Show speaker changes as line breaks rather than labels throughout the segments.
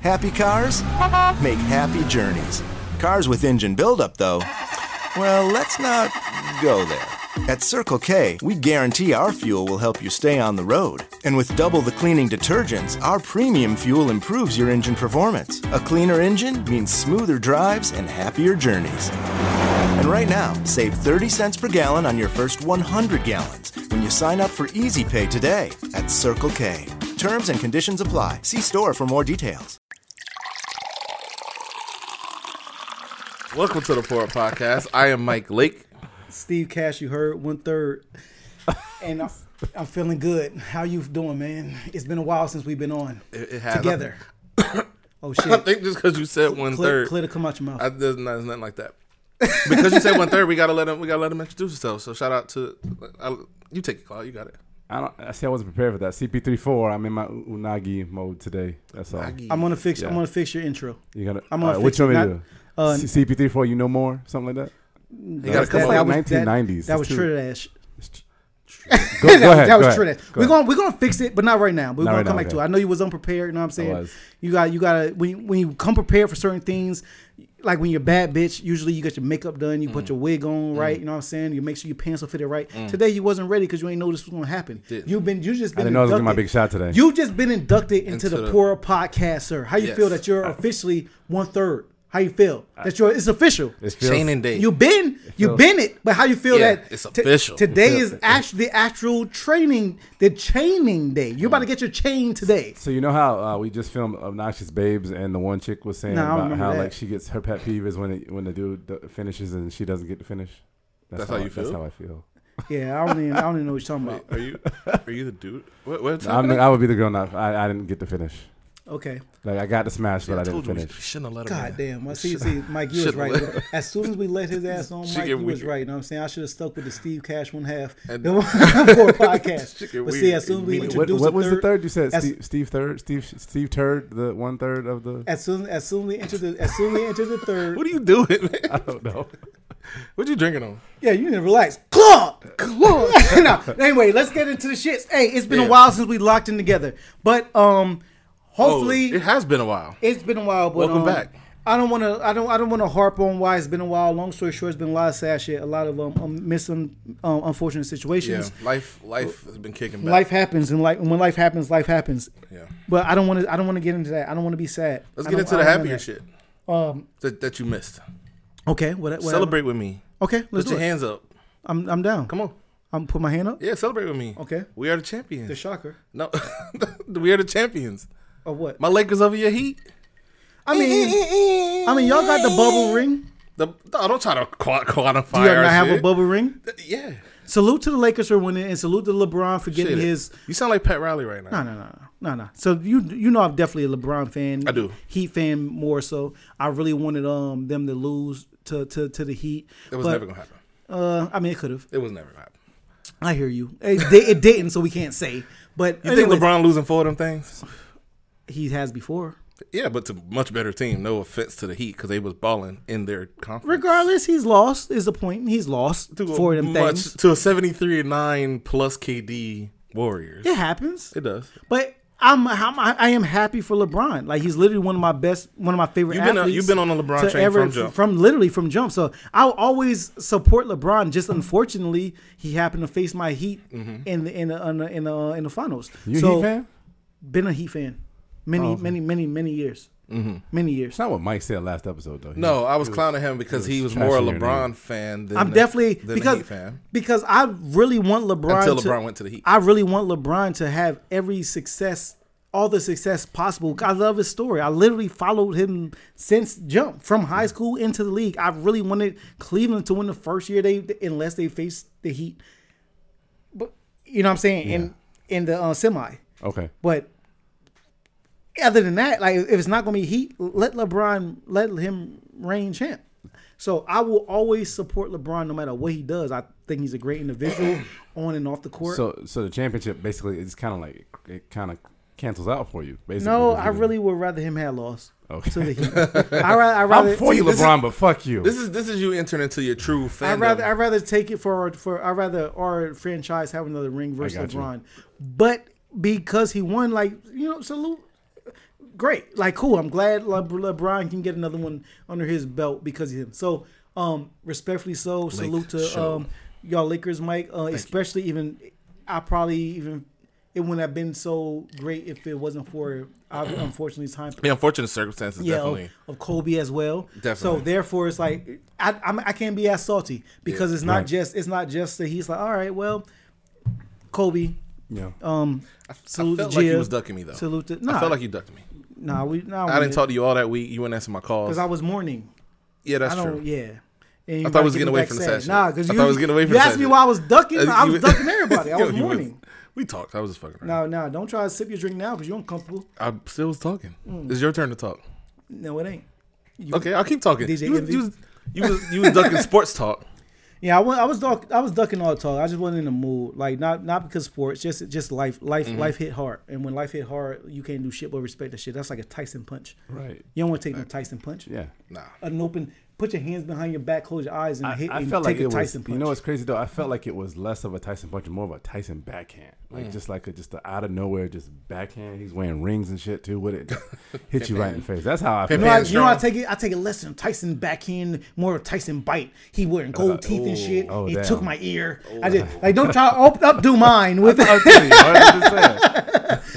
Happy cars make happy journeys. Cars with engine buildup, though, well, let's not go there. At Circle K, we guarantee our fuel will help you stay on the road. And with double the cleaning detergents, our premium fuel improves your engine performance. A cleaner engine means smoother drives and happier journeys. And right now, save 30 cents per gallon on your first 100 gallons when you sign up for Easy Pay today at Circle K. Terms and conditions apply. See store for more details.
Welcome to the Poor Podcast. I am Mike Lake.
Steve Cash, you heard one third, and I'm, I'm feeling good. How you doing, man? It's been a while since we've been on
It- it has-
together. oh shit!
I think just because you said one
clear,
third,
clear to come out your mouth.
I, there's, not, there's nothing like that. Because you said one third, we gotta let him. We gotta let him introduce himself. So shout out to I, you. Take it, Carl. You got it.
I don't. I see. I wasn't prepared for that. CP34. I'm in my u- unagi mode today. That's all.
I'm gonna fix. I'm
Yeah.
gonna fix your intro.
You gotta.
I'm
I'm
gonna
on. What
fix
you want me
it.
to
Not-
do?
uh,
C- CP34. You know more. Something like that.
You gotta
That's
come
that-
up.
like
with-
was-
1990s.
That, that was
It's too-
true ash.
Go, go
that
ahead. go
was
ahead,
true ash.
go
We're
ahead.
gonna we're gonna fix it, but not right now. We're
Not
gonna
right
come
now,
back
okay.
to it. I know you was unprepared. You know what I'm saying?
was.
You got you gotta when you, when you come prepared for certain things. Like when you're a bad bitch, usually you got your makeup done, you
Mm.
put your wig on right, you know what I'm saying? You make sure your pants are fitted right. Today you wasn't ready because you ain't know this was gonna happen.
Didn't.
You've been you just been
I didn't know I was getting my
inducted-
big shot today.
You just been inducted into,
Into
the,
the-
poorer podcast, sir. How you feel
Yes.
that you're officially one third? How you feel? That you're it's official.
It feels-
Shane and Dave.
You been you
feels-
been it, but how you feel
Yeah,
that
it's
t-
official.
today
It
is
feels-
actually the actual training, the chaining day. You're about to get your chain today.
So you know how uh, we just filmed Obnoxious Babes, and the one chick was saying
No, I
about
remember
how
that.
like she gets her pet peeve is when it, when the dude d- finishes and she doesn't get to finish.
That's how
I-
you
That's
feel?
how I feel.
Yeah, I don't even I don't even know what you're talking about.
Are you? Are you the dude? What, what's
I'm the,
happening?
I would be the girl. Not. I, I didn't get to finish.
Okay.
Like I got to smash, but I didn't
told you we
finish.
shouldn't have let him.
God
in.
damn. I see see Mike you was
shit,
right.
what?
As soon as we let his ass on,
Shit
Mike
get
you was
weird.
right. You know what I'm saying? I should have stuck with the Steve Cash one half
And-
the for podcast.
Shit get
But see,
weird.
as soon as we
What-
What,
introduce
what was the third you said?
as-
Steve, Steve third. Steve Steve third. The one third of the.
as soon as soon we enter the as soon we enter the third
What are you doing? Man?
don't know.
What you drinking on?
Yeah, you need to relax. Claude! Claude! no, anyway, let's get into the shits. Hey, it's been
Yeah.
a while since we locked in together. But um hopefully
oh, it has been a while.
it's been a while, but
Welcome
um,
back.
I don't wanna I don't I don't wanna harp on why it's been a while. Long story short, it's been a lot of sad shit, a lot of um, um missing um, unfortunate
Yeah,
situations.
life life has been kicking back.
Life happens and like when life happens, life happens.
Yeah.
But I don't wanna I don't wanna get into that. I don't wanna be sad.
Let's
I
get
don't-
into
I
the
don't want
happier
that.
shit
Um
that, that you missed.
okay, what, what
Celebrate with me.
Okay,
Put
let's do
your
it.
hands up.
I'm I'm down.
Come on.
I'm put my hand up.
Yeah, celebrate with me.
Okay.
We are the champions.
The shocker.
no, we are the champions.
Or what?
My Lakers over your Heat.
I mean, I mean, y'all got the bubble ring.
The, I don't try to qua- quantify.
Do eh. y'all
our
not have
shit.
a bubble ring?
Th- Yeah.
Salute to the Lakers for winning, and salute to LeBron for getting
Shit.
his.
You sound like Pat Riley right now.
No, no, no, no, no, no. So you you know I'm definitely a LeBron fan.
I do.
Heat fan more so. I really wanted um them to lose to to, to the Heat.
It was
but,
never gonna happen.
Uh, I mean, it could have.
It was never gonna happen.
I hear you. It, di- it didn't, so we can't say. But
You think
anyways,
LeBron losing four of them things?
he has before.
Yeah, but to much better team. No offense to the Heat because they was balling in their conference.
Regardless, he's lost. Is the point? He's lost
to a
for them
much-
things.
to a seventy-three and nine plus KD Warriors.
It happens.
It does.
But I'm, I'm I am happy for LeBron. Like he's literally one of my best, one of my favorite
You've been on-
athletes.
you've been on the LeBron
to
train from jump.
literally from jump. So I'll always support LeBron. Just unfortunately, he happened to face my Heat
Mm-hmm.
in the in the in the, in the, in the finals.
You
so,
Heat fan? Oh.
Been a Heat fan, many many many many years,
Mm-hmm.
many years.
It's not what Mike said last episode though. He-
No, I was clowning him because he was
trashing
more a
your
LeBron
name.
fan than
I'm
the-
definitely
than a
because
Heat fan.
because I really want LeBron
Until
to-
LeBron went to the Heat.
I really want LeBron to have every success, all the success possible. I love his story. I literally followed him since jump from high school into the league. I really wanted Cleveland to win the first year they unless they faced the Heat. But you know what I'm saying in in the uh, semi.
Okay.
But other than that, like if it's not gonna be Heat, let LeBron let him reign champ. So I will always support LeBron no matter what he does. I think he's a great individual on and off the court.
So so the championship basically is kind of like it kind of cancels out for you. Basically.
no,
because
I
you-
really would rather him have lost.
Okay.
To the Heat. I rather, I rather
I'm for you,
this is-
LeBron, but fuck you.
This is this is you entering into your true fandom.
I rather I rather take it for our, for I rather our franchise have another ring versus
got you.
LeBron, but because he won, like you know, salute. great. Like, cool. I'm glad Le- LeBron can get another one under his belt because of him. So, um, respectfully so. salute to
show.
um, y'all Lakers, Mike. Uh, especially even, I probably even it wouldn't have been so great if it wasn't for uh, unfortunately time.
The unfortunate circumstances,
Yeah, of,
definitely.
of Kobe as well. So
Definitely.
therefore, it's like I I'm, I can't be as salty because it's not just it's not just that he's like all right, well, Kobe.
Yeah.
Um,
I
salute
felt
to
like you
Jia.
was ducking me though.
Salute to-
I
nah.
felt like you ducked me.
Nah, we nah,
I didn't talk to you all that week. You weren't answering my calls.
because I was mourning.
yeah, that's
I
true.
don't. Yeah. And you
I thought I was
might get
getting
me
away
back
from the
sad.
session.
Nah, because
I
you,
thought I was getting away from
you
the
asked me
session.
why I was ducking.
Uh,
I was
you-
ducking everybody. I
Yo,
was
you was-
mourning.
We talked. I was just fucking around.
No, no, don't try to sip your drink now because you're uncomfortable.
I still was talking.
Mm.
It's your turn to talk.
No, it ain't.
Okay, I'll keep talking.
DJ
you, was,
Envy.
you, was, you, was, you was ducking sports talk.
Yeah, I was, I was duck, I was ducking all the talk. I just wasn't in the mood. Like not not because sports, just just life. Life
Mm-hmm.
life hit hard, and when life hit hard, you can't do shit but respect that shit. That's like a Tyson punch.
Right.
You don't want to take no Tyson punch.
Yeah.
Nah.
An open. Put your hands behind your back, close your eyes, and
I,
hit.
I
and
felt
take
like
a
it was.
Tyson punch.
You know what's crazy though? I felt like it was less of a Tyson punch and more of a Tyson backhand. Like just like a, just a out of nowhere, just backhand. He's wearing rings and shit too. With it hit you right in the face. That's how I felt.
You know, I,
Hands
you know, I
strong.
take it. I take it less than Tyson backhand, more of Tyson bite. He wearing gold teeth and shit.
Oh,
he
damn. Oh,
took my ear. I just like don't try to open up, do mine with it.
I was kidding. I was just saying.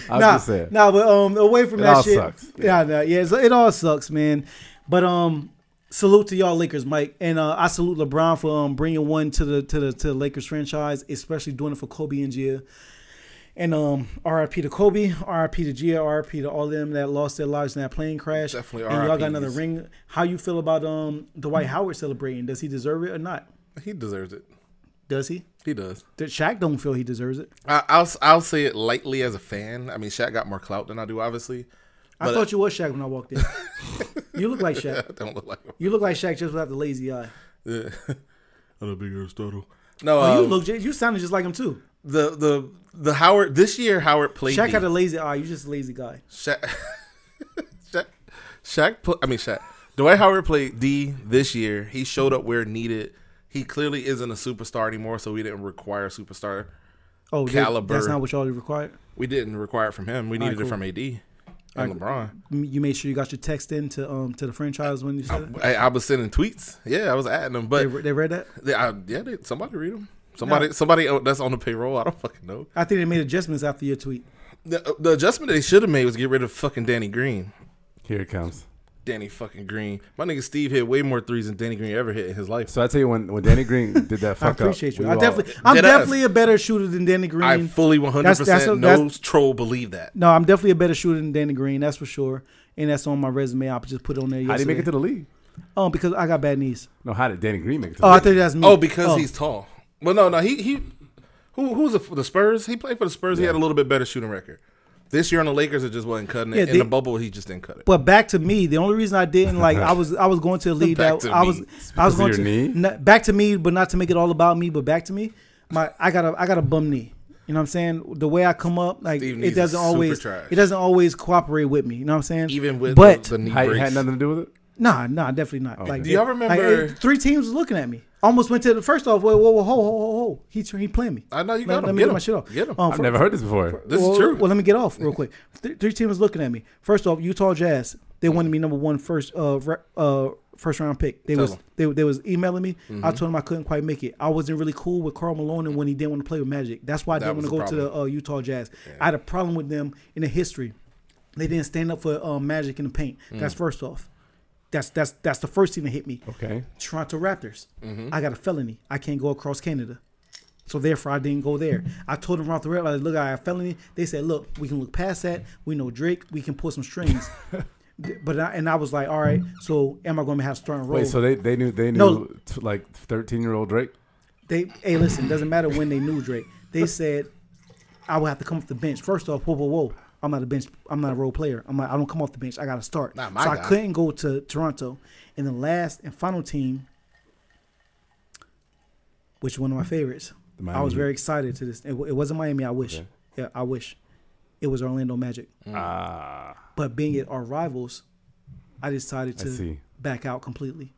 I
Nah,
was just saying.
nah, but um, away from
It
that
all
shit.
sucks.
Yeah, nah, yeah, so it all sucks, man. But um, salute to y'all Lakers, Mike, and uh, I salute LeBron for um bringing one to the to the to the Lakers franchise, especially doing it for Kobe and Gia. And um, R.I.P. to Kobe, R.I.P. to Gia, R.I.P. to all them that lost their lives in that plane crash.
Definitely
And y'all got
RIPs.
another ring. How you feel about um Dwight Howard celebrating? Does he deserve it or not?
He deserves it.
Does he?
He does.
That Shaq don't feel he deserves it.
I, I'll I'll say it lightly as a fan. I mean, Shaq got more clout than I do, obviously.
I thought you was Shaq when I walked in. you look like Shaq.
I don't look like him.
You look like Shaq just without the lazy
Uh,
eye.
Yeah. I'm a big Aristotle. No,
Oh, you
um,
look. ju- You sounded just like him too.
the the the Howard this year Howard played.
Shaq
deep.
had a lazy eye. You just a lazy guy.
Shaq, Shaq, Shaq put, I mean Shaq. Dwight Howard played D this year. He showed up where needed. He clearly isn't a superstar anymore, so we didn't require a superstar.
Oh, that-
Caliber.
that's not what y'all required.
We didn't require it from him. We needed
cool.
it from AD and LeBron.
You you made sure you got your text in to um to the franchise when you said it?
I, I was sending tweets. Yeah, I was adding them,
They,
but
re- they read that.
they, I, yeah, they, somebody read them. Somebody, somebody o- that's on the payroll. I don't fucking know.
I think they made adjustments after your tweet.
The, uh, the adjustment they should have made was get rid of fucking Danny Green.
Here it comes.
Danny fucking Green. My nigga Steve hit way more threes than Danny Green ever hit in his life.
So I tell you when when Danny Green did that
I
fuck
appreciate
up.
you.
we
I
all-
definitely, I'm
Dead ass.
definitely a better shooter than Danny Green.
I fully 100%
That's- that's-
no
that's-
troll believe that.
no, I'm definitely a better shooter than Danny Green. That's for sure. And that's on my resume. I just put it on there.
How did he
Yesterday.
make it to the league?
Oh, because I got bad knees.
No, how did Danny Green make it to the
Oh, I
league?
think that's me.
Oh, because
Oh.
he's tall. Well, no, no, he he who who's the, the Spurs? He played for the Spurs. He had a little bit better shooting record. This year on the Lakers, it just wasn't cutting it.
Yeah,
in
they-
the bubble, he just didn't cut it.
But back to me, the only reason I didn't like I was I was going to a lead
Back
that
to
I
me.
was I was
because of
going
your
to
knee?
n- back to me, but not to make it all about me, but back to me. My I got a I got a bum knee. You know what I'm saying? The way I come up, like
Steve knees
it
is
doesn't
super
always
trash.
it doesn't always cooperate with me. You know what I'm saying?
Even with
but
the, the knee
Height
brace.
had nothing to do with it.
nah nah definitely not. Like
Do y'all
like,
remember-
it- three teams was looking at me. Almost went to the first off. Whoa whoa whoa ho ho ho ho. He tr- he playing me.
I know you
Let-
got
let
him.
me
Get
get
him.
my shit off.
Get him.
Um,
I've
for-
never heard this before.
this
well,
is true.
Well, let me get off real quick. Th- three teams looking at me. First off, Utah Jazz. They wanted me number one first uh, re- uh first round pick. They
Tell Mm-hmm.
was
'em.
they, they was emailing me. I told them I couldn't quite make it. I wasn't really cool with Carl Malone and when he didn't want to play with Magic. That's why I
That
didn't want to
was
go
the
to the uh, Utah Jazz. I had a problem with them in the history. They didn't stand up for uh, Magic in the paint. That's
Mm.
first off. That's that's that's the first thing that hit me.
okay.
Toronto Raptors.
Mm-hmm.
I got a felony. I can't go across Canada. So therefore, I didn't go there. I told them off the red like, look, I got a felony. They said, look, we can look past that. We know Drake. We can pull some strings. but I, and I was like, all right. So am I going to have starting role?
Wait, so they, they knew they knew
No.
t- like thirteen year old Drake.
they hey, listen, doesn't matter when they knew Drake. They said I would have to come off the bench. First off, whoa, whoa, whoa. I'm not a bench. I'm not a role player. I'm not, I don't come off the bench. I got to start.
Not my
so I
guy.
couldn't go to Toronto. And the last and final team, which is one of my favorites.
The
I
Miami
was
Heat.
very excited to this. It, wa- it wasn't Miami. I wish. Yeah, I wish. It was Orlando Magic.
Ah,
But being it our rivals, I decided
see.
to back out completely.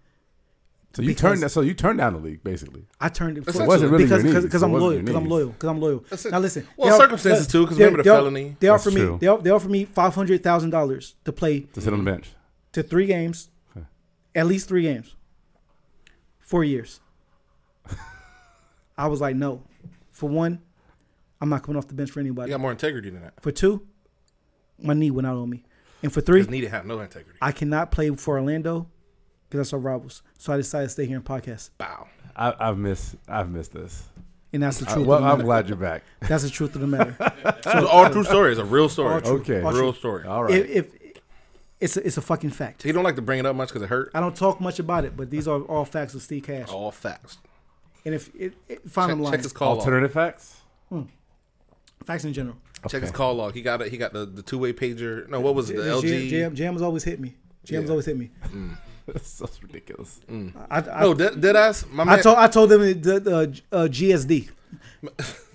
So you
Because-
turned that. So you turned down the league basically.
I turned it
it wasn't really
because
your
because
knees.
because
It
I'm
wasn't
loyal
your
because I'm
knees.
loyal because I'm loyal.
That's it.
Now listen.
Well,
they all-
circumstances,
look,
too, 'cause
they-
remember the
they all-
felony.
They
That's
offered me
true.
they, all- they offered me five hundred thousand dollars to play
To sit on
Mm-hmm.
the bench.
to three games, at least three games, four years. I was like, no. For one, I'm not coming off the bench for anybody.
You got more integrity than that.
For two, my knee went out on me, and for three,
Just need to have no integrity.
I cannot play for Orlando because that's our rivals. So I decided to stay here and podcast,
Wow.
I, I've missed. I've missed this.
and that's the
I,
truth.
Uh, well,
of the
I'm
matter.
glad you're back.
That's the truth of the matter.
So all true stories, a real story.
All true.
Okay.
All true.
Real story.
All right.
if, if it's a, it's a fucking fact.
He don't like to bring it up much because it hurt.
I don't talk much about it, but these are all facts of Steve Cash.
All facts.
And if it, it find
Oh. Check,
them
check
lying,
his call log.
Alternative facts.
facts in general.
Check his call log. He got a, he got the, the two way pager. No, what was it? The
Jam,
LG.
Jam, Jam has always hit me. Jam's
Yeah.
always hit me.
That's so ridiculous.
I, I,
No, did, did I? My
I
man,
told I told them the, the uh, GSD.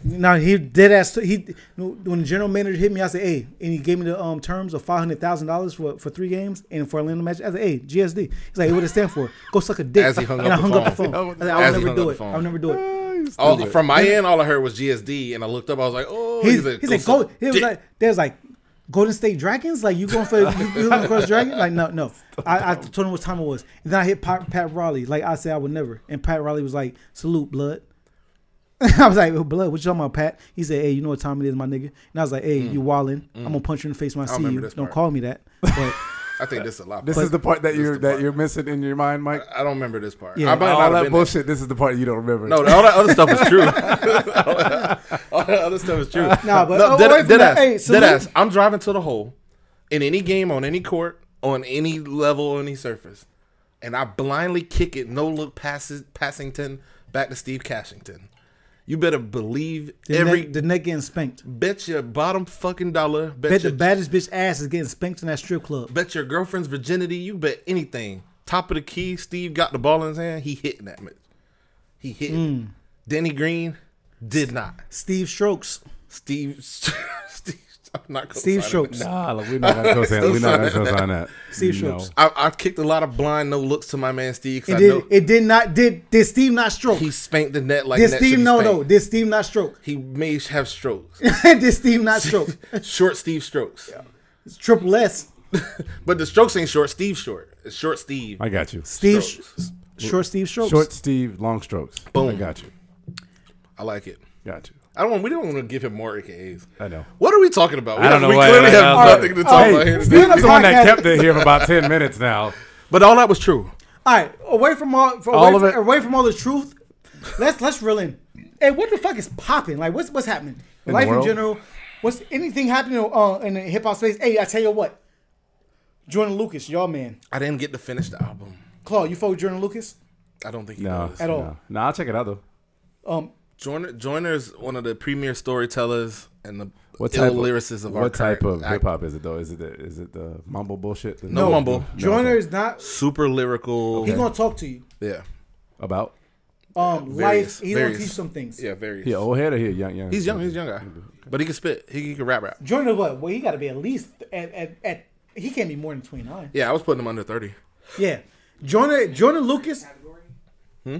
now he did ask. He when the general manager hit me, I said, "Hey," and he gave me the um, terms of five hundred thousand dollars for for three games and for a Orlando match. I said, "Hey, GSD." He's like, "What does it stand for? Go suck a dick."
As he hung
and
up
I
the
hung up the
phone.
phone. I said, "I
As
will
he
never
hung up
do
the
it.
phone.
I'll never do it."
all, from my end, all I heard was GSD, and I looked up. I was like, oh,
He, he said,
"Go
"Go." He was
dick."
like, "They was like, Golden State Dragons. Like you going for you, you going for Dragon? Like no, no." I, I told him what time it was, and then I hit Pat, Pat Riley. Like I said, I would never. And Pat Riley was like, "Salute, blood." I was like, "Well, "Blood, what you talking about, Pat?" He said, "Hey, you know what time it is, my nigga." And I was like, "Hey, you wildin'. I'm gonna punch you in the face when I, see
Mm. remember
you.
this
Don't
part.
call me that." But
I think this is a lot.
This
But
is the part that
this
you're
the
that
part.
you're missing in your mind, Mike.
I don't remember this part.
Yeah.
I might
all
not have
that
been there.
bullshit. This is the part you don't remember.
No, all that other stuff is true. all, that, all that other stuff is true.
Nah, but-
no,
oh,
dead,
away from
dead
that.
ass,
Hey,
dead
salute.
ass. I'm driving to the hole in any game, on any court, on any level, any surface, and I blindly kick it, no look passes, Passington back to Steve Cashington. You better believe
the,
every
neck, the neck getting spanked.
bet your bottom fucking dollar, bet,
Bet
your,
the baddest bitch ass is getting spanked in that strip club.
bet your girlfriend's virginity, you bet anything. Top of the key, Steve got the ball in his hand, he hitting that bitch. He hit.
Hmm.
it. Denny Green did not.
Steve Strokes.
Steve. Steve. I'm not gonna
Steve
sign
Strokes.
it.
Nah, look, we're not gonna co-sign. we're not gonna co-sign that.
Steve
no.
Schultz.
I, I kicked a lot of blind no looks to my man Steve
It
because I
did.
know
It did not. Did did Steve not stroke?
he spanked the net like
Did
net
Steve
should be
no
spanked.
no? Did Steve not stroke?
He may have strokes,
Did Steve not stroke?
short Steve strokes,
Triple S.
but the strokes ain't short. Steve short. It's short Steve.
I got you.
Steve
Strokes.
short Steve strokes.
Short Steve, long strokes.
Boom.
I got you.
I like it.
Got you.
I don't. want We don't want to give him more AKAs.
I know.
What are we talking about? We
I don't know
We
why.
clearly
I-
have
I-
nothing to talk
Hey,
about here.
Steve's
today.
the one that
podcast.
kept it here for about ten minutes now.
But all that was true.
All right, away from all, from,
All
away,
of
from,
it.
away from all the truth. Let's let's reel in. Hey, what the fuck is popping? Like, what's what's happening?
the
Life in
world?
general. What's anything happening uh, in the hip hop space? Hey, I tell you what. Jordan Lucas, y'all man.
I didn't get to finish the album.
Claude, you fuck with Jordan Lucas?
I don't think he
No,
does.
At all.
No, No, I'll check it out though.
Um,
Joyner Joyner's one of the premier storytellers and the
What
ill
type
lyricists of
what
our
type
current
of
act-
hip hop is it though? Is it the, is it the mumble bullshit? The-
No mumble.
Joyner
okay.
is not.
Super lyrical.
He gonna talk to you.
yeah.
about
Um,
Various-
life. He gonna
various-
teach some things.
Yeah, very.
he an old head or he a young young.
He's young. He's a young guy. But he can spit. He, he can rap rap.
Jordan, what? Well, he got to be at least at, at, at he can't be more than twenty nine.
Yeah, I was putting him under 30.
Yeah, Jordan, Jordan Lucas.
Hmm?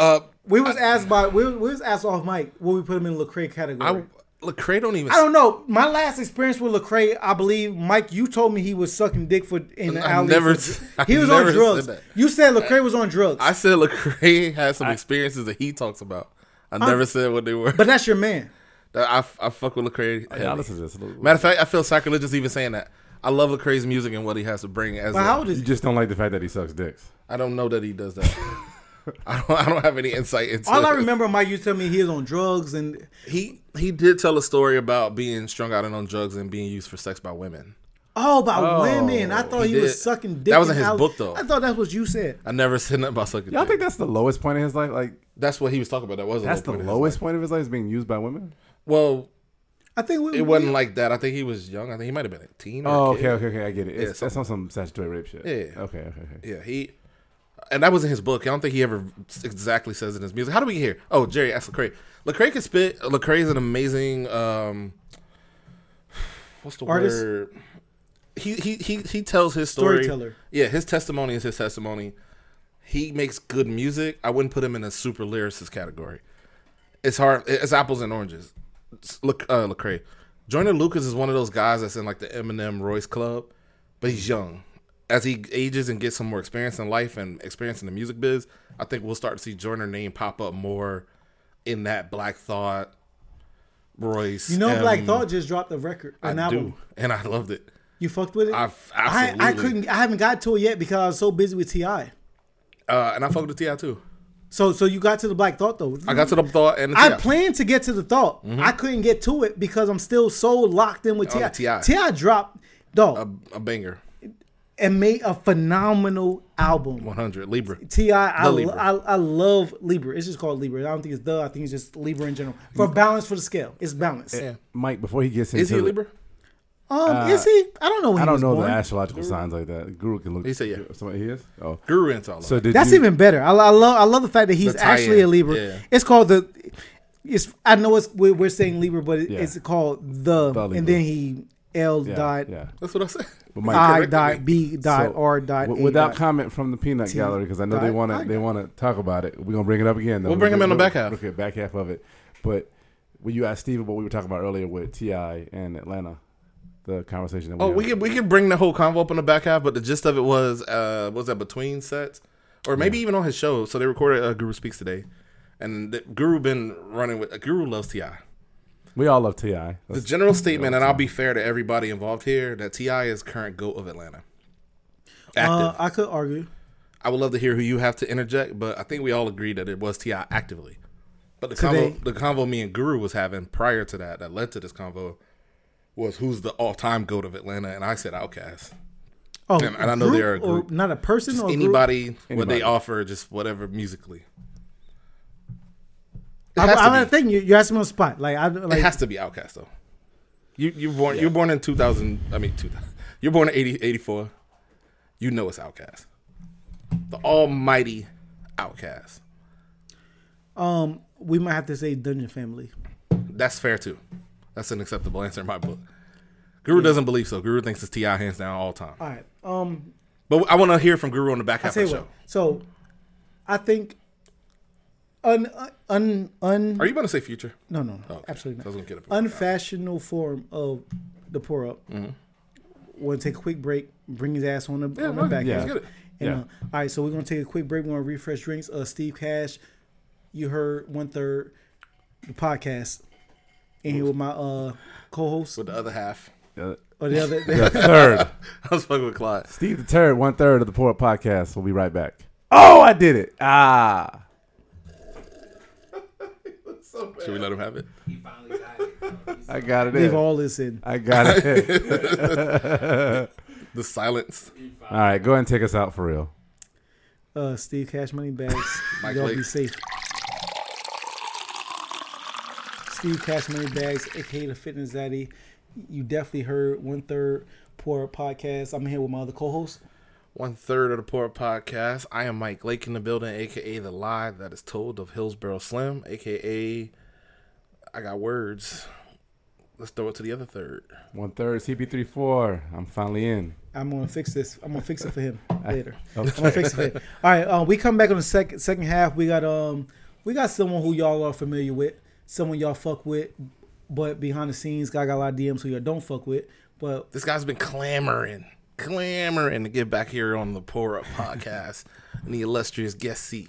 Uh,
We was asked by we, we was asked off mic will we put him in Lecrae category.
I,
I,
Lecrae don't even.
don't know. My last experience with Lecrae, I believe Mike, you told me he was sucking dick for in the
I
alley.
never-
for-
I
he was
never
on drugs.
said that.
You said Lecrae was on drugs,
I said Lecrae has some experiences that he talks about. I never said what they were.
but that's your man.
I, I fuck with Lecrae.
Yeah,
heavy.
listen to this.
Matter of fact, I feel sacrilegious even saying that. I love Lecrae's music and what he has to bring. As
But
a-
how old is
you
he?
just don't like the fact that he sucks dicks.
I don't know that he does that. I don't. I don't have any insight into.
All I
it.
remember, Mike, you tell me he was on drugs and
He he did tell a story about being strung out and on drugs and being used for sex by women.
oh about women. I thought
he
he,
did.
was sucking dick.
That was in
the
his
alley.
book, though.
I thought that's what you said.
I never said nothing about sucking.
Y'all
dick.
think that's the lowest point in his life? Like
that's what he was talking about. That was a
that's
low
the
point in his
lowest
life.
point of his life is being used by women.
Well,
I think we,
it wasn't like that. I think he was young. I think he might have been eighteen. Or
Oh,
oh,
okay, okay, okay. I get it. It's,
Yeah,
that's on some statutory rape shit.
Yeah.
Okay, okay, okay.
Yeah, he. And that was in his book. I don't think he ever exactly says it in his music. How do we get here? Oh, Jerry asked Lecrae. Lecrae can spit. Lecrae is an amazing. um What's the
Artist?
word? he he he he tells his story.
Storyteller.
Yeah, his testimony is his testimony. He makes good music. I wouldn't put him in a super lyricist category. It's hard. It's apples and oranges. It's Lac- uh, Lecrae, Joyner Lucas is one of those guys that's in like the Eminem Royce Club, but he's young. As he ages and gets some more experience in life and experience in the music biz, I think we'll start to see Joyner name pop up more in that Black Thought, Royce.
You know, Black
M.
Thought just dropped a record,
um,
an
I
album.
do, and I loved it.
You fucked with it.
I f-
I, I
absolutely.
couldn't. I haven't got to it yet because I was so busy with Ti.
Uh, and I fucked with Ti too.
So, so you got to the Black Thought though.
I got to the thought and the
I
T.I.
planned to get to the thought. I couldn't get to it because I'm still so locked in with
Oh,
Ti.
the T.I..
Ti dropped dog
a banger,
and made a phenomenal album.
one hundred Libra.
Ti, I, lo-
Libra.
I I love Libra. It's just called Libra. I don't think it's the. I think it's just Libra in general. For balance for the scale, it's balance.
Mike, before he gets into
Is he a
it,
Libra?
Um, is he? I don't know. When
I
he
don't
was
know
born.
the astrological signs like that. Guru can look.
He said yeah.
Somebody he is. Oh,
Guru into all of
so
it.
did
That's
you-
even better. I, I love I love the fact that he's
The tie-in,
actually a Libra.
yeah.
It's called the. It's I know it's we're, we're saying Libra, but it,
Yeah.
it's called the,
The Libra.
and then he L
Yeah,
dot
Yeah.
That's what I said.
Mike-
I
Corrected
dot
me.
B dot
So,
R dot
w-
A
without
dot.
comment from the peanut gallery because I know they
dot
want
I
to they
dot.
want to talk about it. We're gonna bring it up again. Though.
We'll bring him in the back half.
Okay, back half of it. But when you asked Steve about what we were talking about earlier with Ti and Atlanta, the conversation that we
Oh,
had.
we could we could bring the whole convo up in the back half, but the gist of it was uh was that between sets or maybe even on his show. So they recorded uh, Guru speaks today, and the, Guru been running with uh, Guru loves Ti.
we all love Ti. That's-
The general statement, and I'll be fair to everybody involved here, that Ti is current goat of Atlanta. Active.
Uh, I could argue.
I would love to hear who you have to interject, but I think we all agree that it was Ti actively. But the
Today.
convo, the convo me and Guru was having prior to that, that led to this convo, was who's the all-time goat of Atlanta, and I said Outkast.
Oh,
And- and I know
group
they're a
or
group.
not a person or a group?
Anybody, what they
Anybody.
offer, just whatever musically. It
I,
has,
I, I
to, be,
think you, you asked me on the spot. Like I
it
like
has to be Outkast though. You you born you're born in 2000. I mean 2000. You're born in 80, 84. You know it's Outkast, the almighty Outkast.
um we might have to say Dungeon Family.
That's fair too. That's an acceptable answer in my book. Guru doesn't believe so. Guru thinks it's Ti hands down all time.
All right. Um,
But I want to hear from Guru on the back half
tell
of
you
the
what.
show.
So, I think un un un
Are you about to say future?
no no no
Okay.
absolutely
So I
not
was gonna get up.
unfashionable form of the pour up. Want to take a quick break? Bring his ass on the,
Mm-hmm. Yeah,
on the
no,
back.
let's
end.
get it.
And,
Yeah.
uh, all right, so we're gonna take a quick break. We're gonna refresh drinks. Uh, Steve Cash, you heard one third the podcast, and here with my uh co-host
with the other half.
uh,
or the other.
the third.
I was fucking with Clyde.
Steve the third, one third of the Poor Podcast. We'll be right back. Oh, I did it. Ah.
Should we let him have it?
I got it
Leave
in.
all this in.
I got it. in.
The silence.
all right, go ahead and take us out for real.
Uh, Steve Cash, money bags.
Mike
Y'all
Lake.
be safe. Steve Cash, money bags, aka the Fitness Daddy. You definitely heard one third poor podcast. I'm here with my other co-host.
One third of the Poor Podcast. I am Mike Lake in the building, aka the lie that is told of Hillsborough Slim, aka I got words. Let's throw it to the other third.
One third, CP34. I'm finally in.
I'm gonna fix this. I'm gonna fix it for him later. I'm gonna fix it for him. All right, um, we come back on the second second half. We got um, we got someone who y'all are familiar with, someone y'all fuck with, but behind the scenes, guy got a lot of DMs who y'all don't fuck with. But
This guy's been clamoring, clamoring to get back here on the Poor Up Podcast in the illustrious guest seat.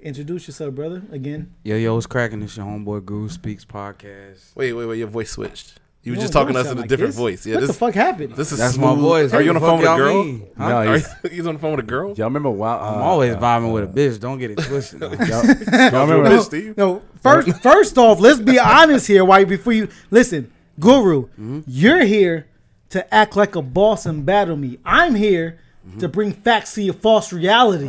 introduce yourself, brother, again.
Yo, yo, what's cracking? It's your homeboy Guru Speaks podcast.
Wait, wait, wait! Your voice switched. You were
You
just
don't
talking to
sound
us in a
like
different
this.
voice. Yeah,
what
this
the fuck happened?
this is
That's my
smooth.
voice.
Are you on the
What
phone with a
fuck y'all
girl?
mean? Huh?
No,
Are you,
he's-
he's on the phone with a girl.
y'all remember Wild?
I'm always vibing with a bitch. Don't get it twisted. now.
Y'all, y'all remember?
Miss Steve?
No, first first off, let's be honest here. Why before you listen, Guru,
Mm-hmm.
you're here to act like a boss and battle me. I'm here
Mm-hmm.
to bring facts to your false reality.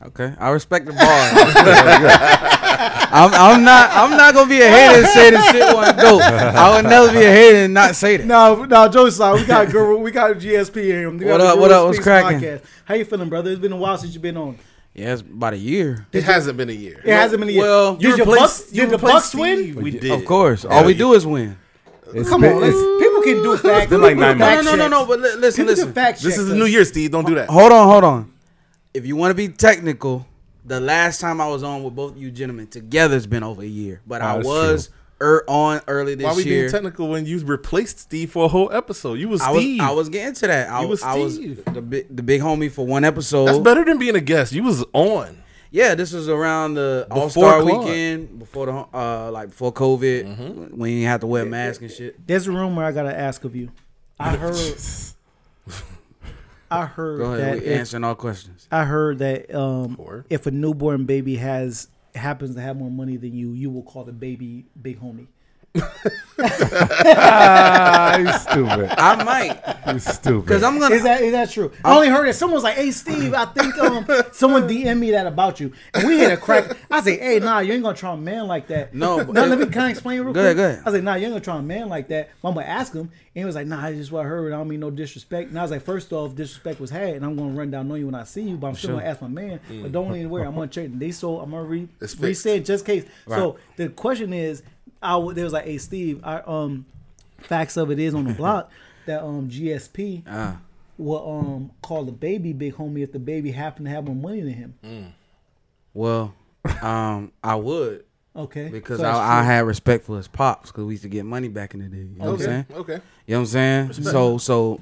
Okay, I respect the bar. I'm, I'm not. I'm not gonna be a hater and say this shit wasn't dope. I would never be a hater and not say that.
No, no, Joe Sly, we got Guru, we got GSP here. We got
What up,
Guru
what up, what's
Speaks
cracking?
podcast. How you feeling, brother? It's been a while since you've been on.
Yeah, it's about a year.
It hasn't been a year.
It hasn't been a year.
well,
did your
replaced-
Bucks,
you
did the
replaced
Bucks win?
Steve. We did.
Of course, all we do is win.
It's
Come
been-
on,
it's-
let's- people can do fact.
been like nine
No,
months.
no, no, no, no. But li- listen, listen.
Fact
This is the new year, Steve. Don't do that.
Hold on, hold on. If you want to be technical, the last time I was on with both you gentlemen together has been over a year, but I
that's
was er, on early this
Why we
year.
being technical when you replaced Steve for a whole episode? You was
I was
Steve.
I was getting to that. I
You was
was I was
Steve.
the big the big homie for one episode.
That's better than being a guest. You was on.
Yeah, this was around the All
Before
Star
Claude.
weekend before the uh like before COVID when you had to wear masks and shit.
There's a rumor I gotta ask of you. I heard. I heard
Go
that
ahead, we
if-
answering all questions.
I heard that um,
Word.
if a newborn baby has happens to have more money than you, you will call the baby big homie.
Ah, you stupid.
I might
You stupid.
because I'm gonna
Is that is that true?
Oh.
I only heard that someone was like, "Hey Steve, I think um, someone DM me that about you," and we hit a crack. I say, "Hey, nah, you ain't gonna try a man like that."
No, but-
no. Let me kind of explain real
Go
quick.
ahead, go ahead.
I was like, "Nah, you ain't gonna try a man like that." But I'm gonna ask him, and he was like, "Nah, I just what I heard. I don't mean no disrespect." And I was like, first off, disrespect was had, and I'm gonna run down on you when I see you, but I'm still gonna ask my man."
Mm.
But don't even worry, I'm gonna check. They so I'm gonna re
It's fixed.
reset just in case. So the question is, I w- there was like, "Hey Steve, I um." Facts of it is on the block that um GSP
Ah.
will um call the baby big homie if the baby happened to have more money than him.
Mm. well, um, I would
Okay,
because
So that's
I, I
true.
had respect for his pops because we used to get money back in the day. You know what I'm saying?
Okay.
You know what I'm saying? So so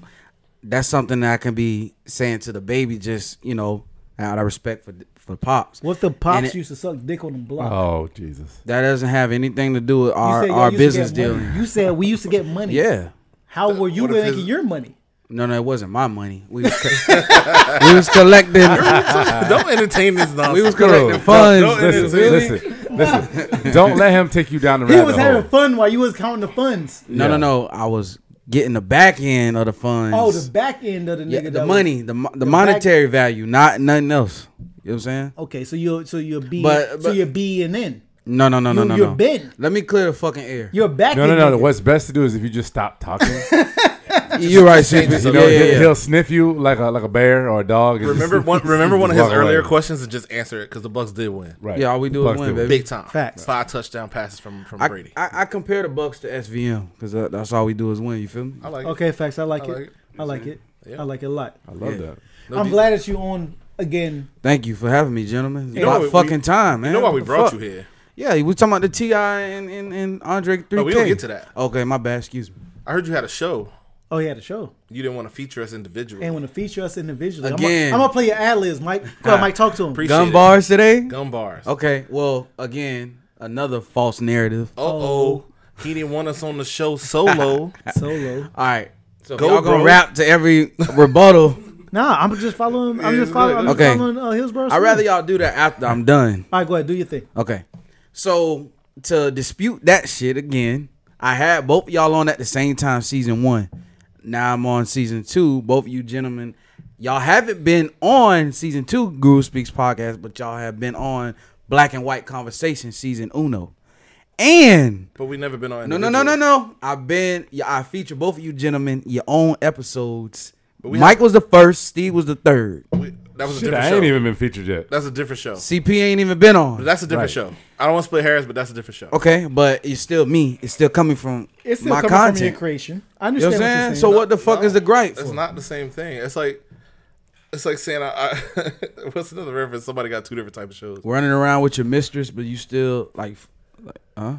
that's something that I can be saying to the baby. Just you know, out of respect for for pops.
what the pops
it-
used to suck dick on the block.
oh Jesus.
That doesn't have anything to do with
You
our
said y'all
our
used to get
business
money.
dealing.
You said we used to get money.
Yeah.
How were you
What if
making
his-
your money?
No, no, it wasn't my money. We was, co- we was collecting.
don't entertain this nonsense.
We was
Girl,
collecting funds.
don't- don't-
Listen,
Listen,
Really?
listen, listen. Don't let him take you down the
He
rabbit
was
hole.
having fun while you was counting the funds.
no, no, no. I was getting the back end of the funds.
Oh, the back end of the nigga.
yeah, the
that was-
money, the mo- the,
back-
monetary value, not nothing else. You know what I'm saying?
Okay, so you're so you're B,
But-
so
but-
you're B and N.
No, no, no, no,
You-
no.
you're
no.
big.
Let me clear the fucking air.
You're a back.
No,
end
no, no,
nigga.
What's best to do is if you just stop talking.
You're right, Steve.
you know,
yeah, yeah,
he'll,
yeah.
he'll sniff you like a like a bear or a dog. and
Remember
just-
one. Remember one of his
walk away.
earlier questions and just answer it because the Bucks did win.
Right.
Yeah, all we do is
Bucks
win,
did
baby.
Big time.
Facts.
Five touchdown passes from from
I,
Brady.
I, I compare the Bucks to SVM because that's all we do is win. You feel me?
I like.
Okay, facts. I like
I
it.
like it.
I like it.
Yeah.
I like it a lot.
I love
Yeah.
that.
I'm glad that you on again.
Thank you for having me, gentlemen. It's
know
about
what we-
fucking time, man.
You know why
What
we
the
brought
fuck?
you here?
Yeah, we talking about the Ti and and, and Andre three K.
Oh, we don't get to that.
Okay, my bad. Excuse me.
I heard you had a show.
Oh, he had a show.
You didn't want to feature us individually.
and want to feature us individually.
Again.
I'm gonna play your ad libs, Mike. Go ahead, Mike. Talk to him.
Appreciate
Gun
it.
bars today.
Gun bars.
Okay. Well, again, another false narrative.
Uh oh. He didn't want us on the show solo.
Solo.
All right. So
Go,
y'all gonna
bro.
rap to every rebuttal.
Nah, I'm just following. I'm just following. I'm
Okay.
just following uh, Hillsborough.
I'd rather y'all do that after I'm done.
All right, go ahead. Do your thing.
Okay. So to dispute that shit again, I had both y'all on at the same time season one. Now I'm on season two. Both of you gentlemen, y'all haven't been on season two Guru Speaks podcast, but y'all have been on Black and White Conversation season uno. And
but we never been on.
no, no, no, no,
individually.
no. I've been. Yeah, I feature both of you gentlemen your own episodes.
we
Mike was the first. Steve was the third.
We- that was a
Shit,
different
I
show.
ain't even been featured yet.
That's a different show.
CP ain't even been on.
That's a different
Right.
show. I don't want to split hairs, but that's a different show.
Okay, but it's still me. It's still coming from
It's still
my
coming
content.
from your creation. I
You
understand
know what I'm
what,
saying?
you're saying.
So what the fuck
No,
is the gripe
It's
for?
not the same thing. It's like it's like saying I, I what's another reference? Somebody got two different type of shows.
Running around with your mistress, but you still like, f- like huh?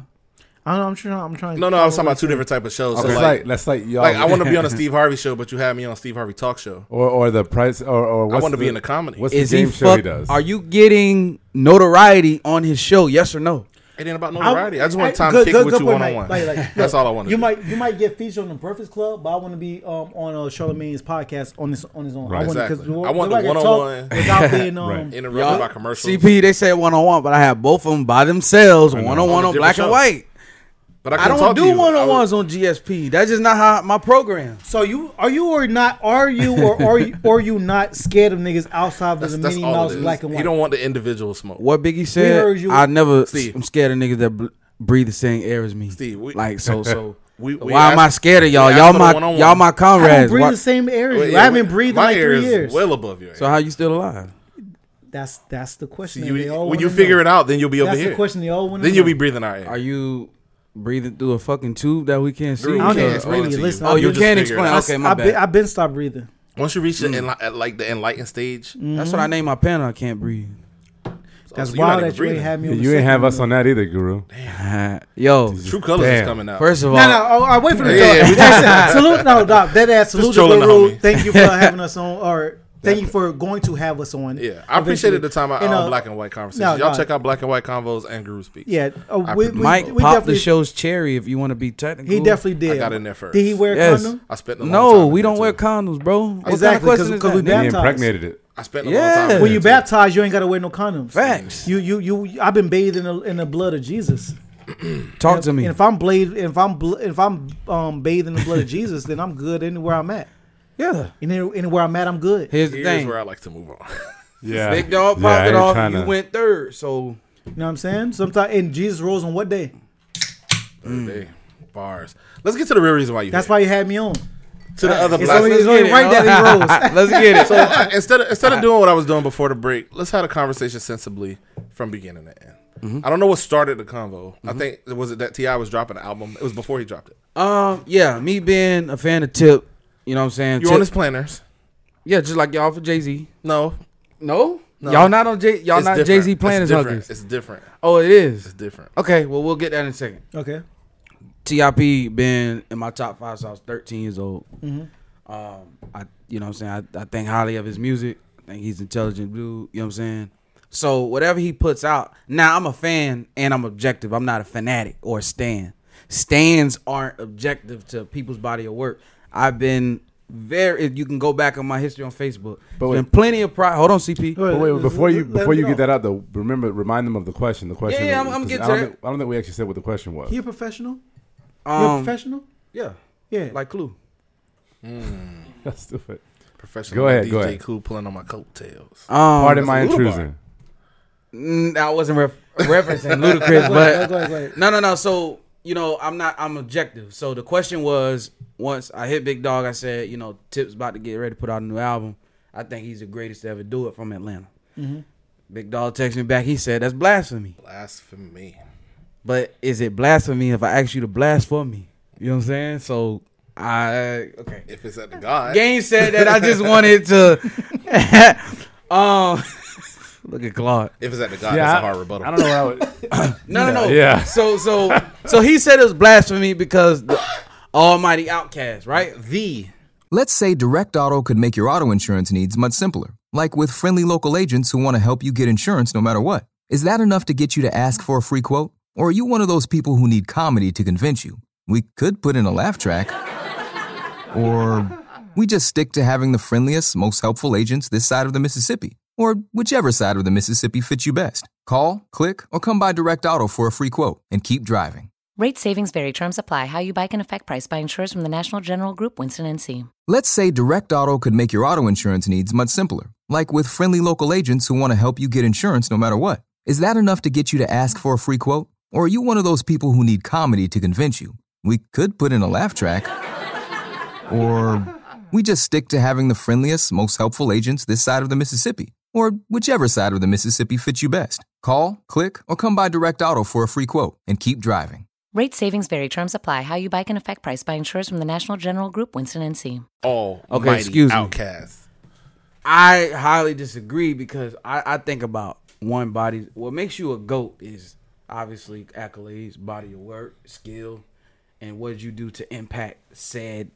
I don't know. I'm trying. I'm trying.
No, no, I was talking about two different type of shows. So
That's
like,
like, that's like y'all.
like I want to be on a Steve Harvey show, but you had me on Steve Harvey talk show.
or or the price or or what's
wanna
the-
be in the comedy.
What's
Is
the
he
game show he
fuck?
does?
Are you getting notoriety on his show? Yes or no?
It ain't about
I-
notoriety. I, just want
I-
time
good-
to kick
good-
it with
good
you
point,
one on
Mike. Like-
one.
like,
That's
look,
all I want to
You
do.
might you might get featured on the Breakfast Club, but I want to be um, on uh, Charlemagne's podcast on his on his own. I
Right.
wanna-
Exactly.
we-
I want
nobody
the
can
one-on-one.
talk without being um,
Right.
Interrupted by commercials.
CP they said one on one, but I have both of them by themselves, one on
On
one
a
on
different
black
show.
and white.
but
I
couldn't
don't
talk to
do
you.
one
I
on
would-
ones on GSP. That's just not how my program.
So you are you or not are you or are you, or you not scared of niggas outside of
That's,
the
that's
mini
all
mouse
it is.
black and white?
He don't want the individual smoke.
What Biggie
heard
said,
you-
I never.
Steve.
I'm scared of niggas that bl- breathe the same air as me.
Steve, we-
like so so.
We- we
Why am I
asked-
scared of y'all?
we asked
Y'all
for the
my
one-on-one.
y'all my
I don't
comrades.
breathe
Why-
the same air. as
Well,
you.
yeah,
I haven't
my-
breathed in
my
like
ear
three
is
years.
Well above your ear.
so how you still alive?
That's that's the question.
You-
they all
when you
wanna
figure
know.
it out, then you'll be over
that's
here.
the question they all want.
Then you'll be breathing our air.
Are you breathing through a fucking tube that we can't see.
Drew,
I don't
can't
even
explain
really
it to
listen.
oh,
I
you
just-
can't
figure it
explain.
out.
Okay, my
I've been,
bad.
I've been stopped breathing.
Once you reach the enli- at, like the enlightened stage,
Mm-hmm.
That's what I named my panel. I can't breathe.
That's
so you're not
wild
even
that you ain't
breathing.
had me.
Yeah,
On the
you ain't
second
have
one.
us on that either, Guru.
Yo,
True Colors
Damn.
is coming out.
first of all,
No, no, oh, all right, wait for the
Yeah, yeah,
yeah,
we-
salute, no, dog, that ass, salute to
trolling the
Guru.
homie.
Thank you for having us on, or thank you for going to have us on.
yeah, I appreciated
eventually.
the time I
And,
on
uh,
black and white conversations.
no,
Y'all
no.
check out black and white convos and Guru speaks.
Yeah, oh,
I
we,
pre-
we,
Mike
we
popped
definitely,
the show's cherry. If you want to be technical,
He definitely did.
I got in there first.
Did he wear a
Yes.
condom?
I spent a long time
No,
in
we
there,
don't wear
too.
condoms, bro. What kind of
Exactly, 'cause-
question is
'cause we
that?
He
nigga?
baptized.
impregnated it.
I spent a
Yeah.
long time. in
When
there,
you
too.
baptized, you ain't got to wear no condoms.
Facts.
You, you, you. I've been bathed in the, in the blood of Jesus.
Talk to me.
And if I'm blade, if I'm bl- if I'm um, bathed in the blood of Jesus, then I'm good anywhere I'm at.
yeah.
And any- anywhere I'm at, I'm good.
Here's the
Here's
thing.
where I like to move on.
Yeah,
Big dog popped
Yeah, I
it
ain't
off.
trying
and You
to-
went third, so
You know what I'm saying? Sometimes and Jesus rose on what day?
Hey, Bars. Let's get to the real reason why you.
Mm. That's
here.
why you had me on.
to the other
It's
black.
only, it's
Let's
only
get it,
right
yo.
that he rose.
let's get it.
So uh, instead of, instead of doing what I was doing before the break, let's have a conversation sensibly from beginning to end.
Mm-hmm.
I don't know what started the convo. I think it was it that Ti was dropping an album. It was before he dropped it.
Um, yeah, me being a fan of Tip, you know what I'm saying?
You
Tip-
on his planners?
yeah, just like y'all for Jay Z.
No,
No? y'all not on Jay.
Oh,
Y'all
it's
not
different.
Jay Z playing
It's
his
different.
hookers.
It's different.
Oh, it is.
It's different.
Okay, well we'll get that in a second.
Okay.
TIP been in my top five since I was 13 years old. Um, I you know what I'm saying I, I think highly of his music. I think he's intelligent dude. You know what I'm saying. So whatever he puts out, now I'm a fan and I'm objective. I'm not a fanatic or a stan. Stands aren't objective to people's body of work. I've been very. If you can go back on my history on Facebook,
But
but been
wait.
plenty of pride. Hold on, CP.
But wait,
Let-
before you
let- let
before
him
you
get
get
on.
that out though, remember remind them of the question. The question.
yeah, I'm-
was-
I'm gonna get
I
to
don't
that.
think- I don't think we actually said what the question was.
He a professional? You a
Um,
professional?
yeah,
Yeah.
like Clue.
That's stupid.
Professional.
Go ahead,
DJ
go ahead.
Clue pulling on my coattails.
Um,
Pardon my
Ludabar.
intrusion.
Mm, I wasn't ref- referencing Ludacris, but
go ahead, go ahead.
no, no, no. So you know, I'm not. I'm objective. So the question was, once I hit Big Dog, I said, you know, Tip's about to get ready to put out a new album. I think he's the greatest to ever do it from Atlanta.
Mm-hmm.
Big Dog texted me back. He said, "That's blasphemy."
Blasphemy.
But is it blasphemy if I ask you to blast for me? You know what I'm saying? So I okay.
If it's at the God,
Game said that I just wanted to. um, look at Claude.
if it's at the God,
Yeah,
that's
I,
a hard rebuttal.
I don't know. How it,
No, no, no.
Yeah.
So, so, so he said it was blasphemy because the Almighty Outcast, right?
The
Let's say Direct Auto could make your auto insurance needs much simpler, like with friendly local agents who want to help you get insurance no matter what. Is that enough to get you to ask for a free quote? Or are you one of those people who need comedy to convince you? We could put in a laugh track. Or we just stick to having the friendliest, most helpful agents this side of the Mississippi, or whichever side of the Mississippi fits you best. Call, click, or come by Direct Auto for a free quote and keep driving.
Rate savings vary. Terms apply. How you buy can affect price by insurers from the National General Group, Winston NC.
Let's say Direct Auto could make your auto insurance needs much simpler, like with friendly local agents who want to help you get insurance no matter what. Is that enough to get you to ask for a free quote? Or are you one of those people who need comedy to convince you? We could put in a laugh track. Or we just stick to having the friendliest, most helpful agents this side of the Mississippi, or whichever side of the Mississippi fits you best. Call, click, or come by Direct Auto for a free quote and keep driving.
Rate savings vary. Terms apply. How you buy can affect price by insurers from the National General Group, Winston NC.
all
Okay, excuse me.
outcast.
I highly disagree because I, I think about one body. What makes you a goat is obviously accolades, body of work, skill, and what you do to impact said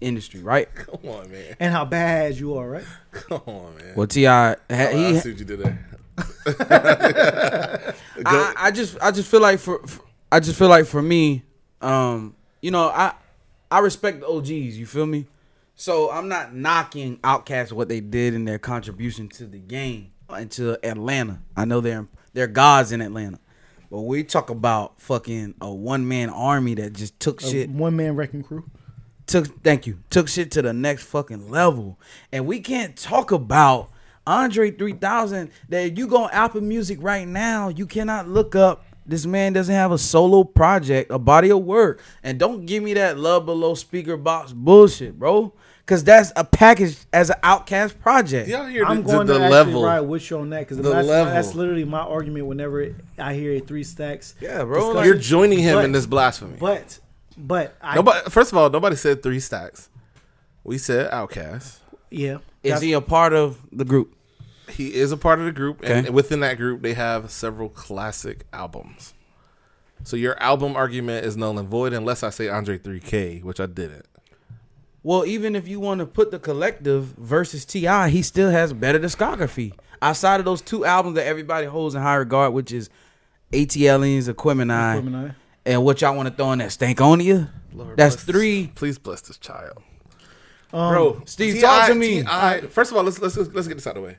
industry, right?
Come on, man.
And how bad you are, right?
Come on, man.
Well, Ti, ha-
Oh, I
he,
see what you did there.
I, I just I just feel like for, for I just feel like for me, um, you know, I I respect the OGs, you feel me? So I'm not knocking Outkast what they did and their contribution to the game and to Atlanta. I know they're they're gods in Atlanta. But we talk about fucking a one man army that just took shit
One man wrecking crew.
took thank you took shit to the next fucking level and we can't talk about andre 3000 that if you go on apple music right now you cannot look up this man doesn't have a solo project a body of work and don't give me that love below speaker box bullshit bro because that's a package as an outcast project.
Y'all hear
I'm
the,
going
the,
to
the
actually
level?
ride with you on that because
The
that's,
level.
that's literally my argument whenever I hear a three stacks.
Yeah, bro,
discussion.
like-
You're joining him
But-
in this blasphemy.
But, but I
Nobody. First of all, nobody said three stacks. We said Outcast.
yeah.
Is he a part of the group?
He is a part of the group,
Okay.
and within that group, they have several classic albums. So your album argument is null and void unless I say Andre 3K, which I didn't.
Well, even if you want to put the collective versus Ti, he still has better discography outside of those two albums that everybody holds in high regard, which is ATLN's Equimini,
Equimini.
and what y'all want to throw in that Stankonia. That's
bless this-
three.
please bless this child, bro.
Steve, talk to me.
T.I. First of all, let's let's let's get this out of the way.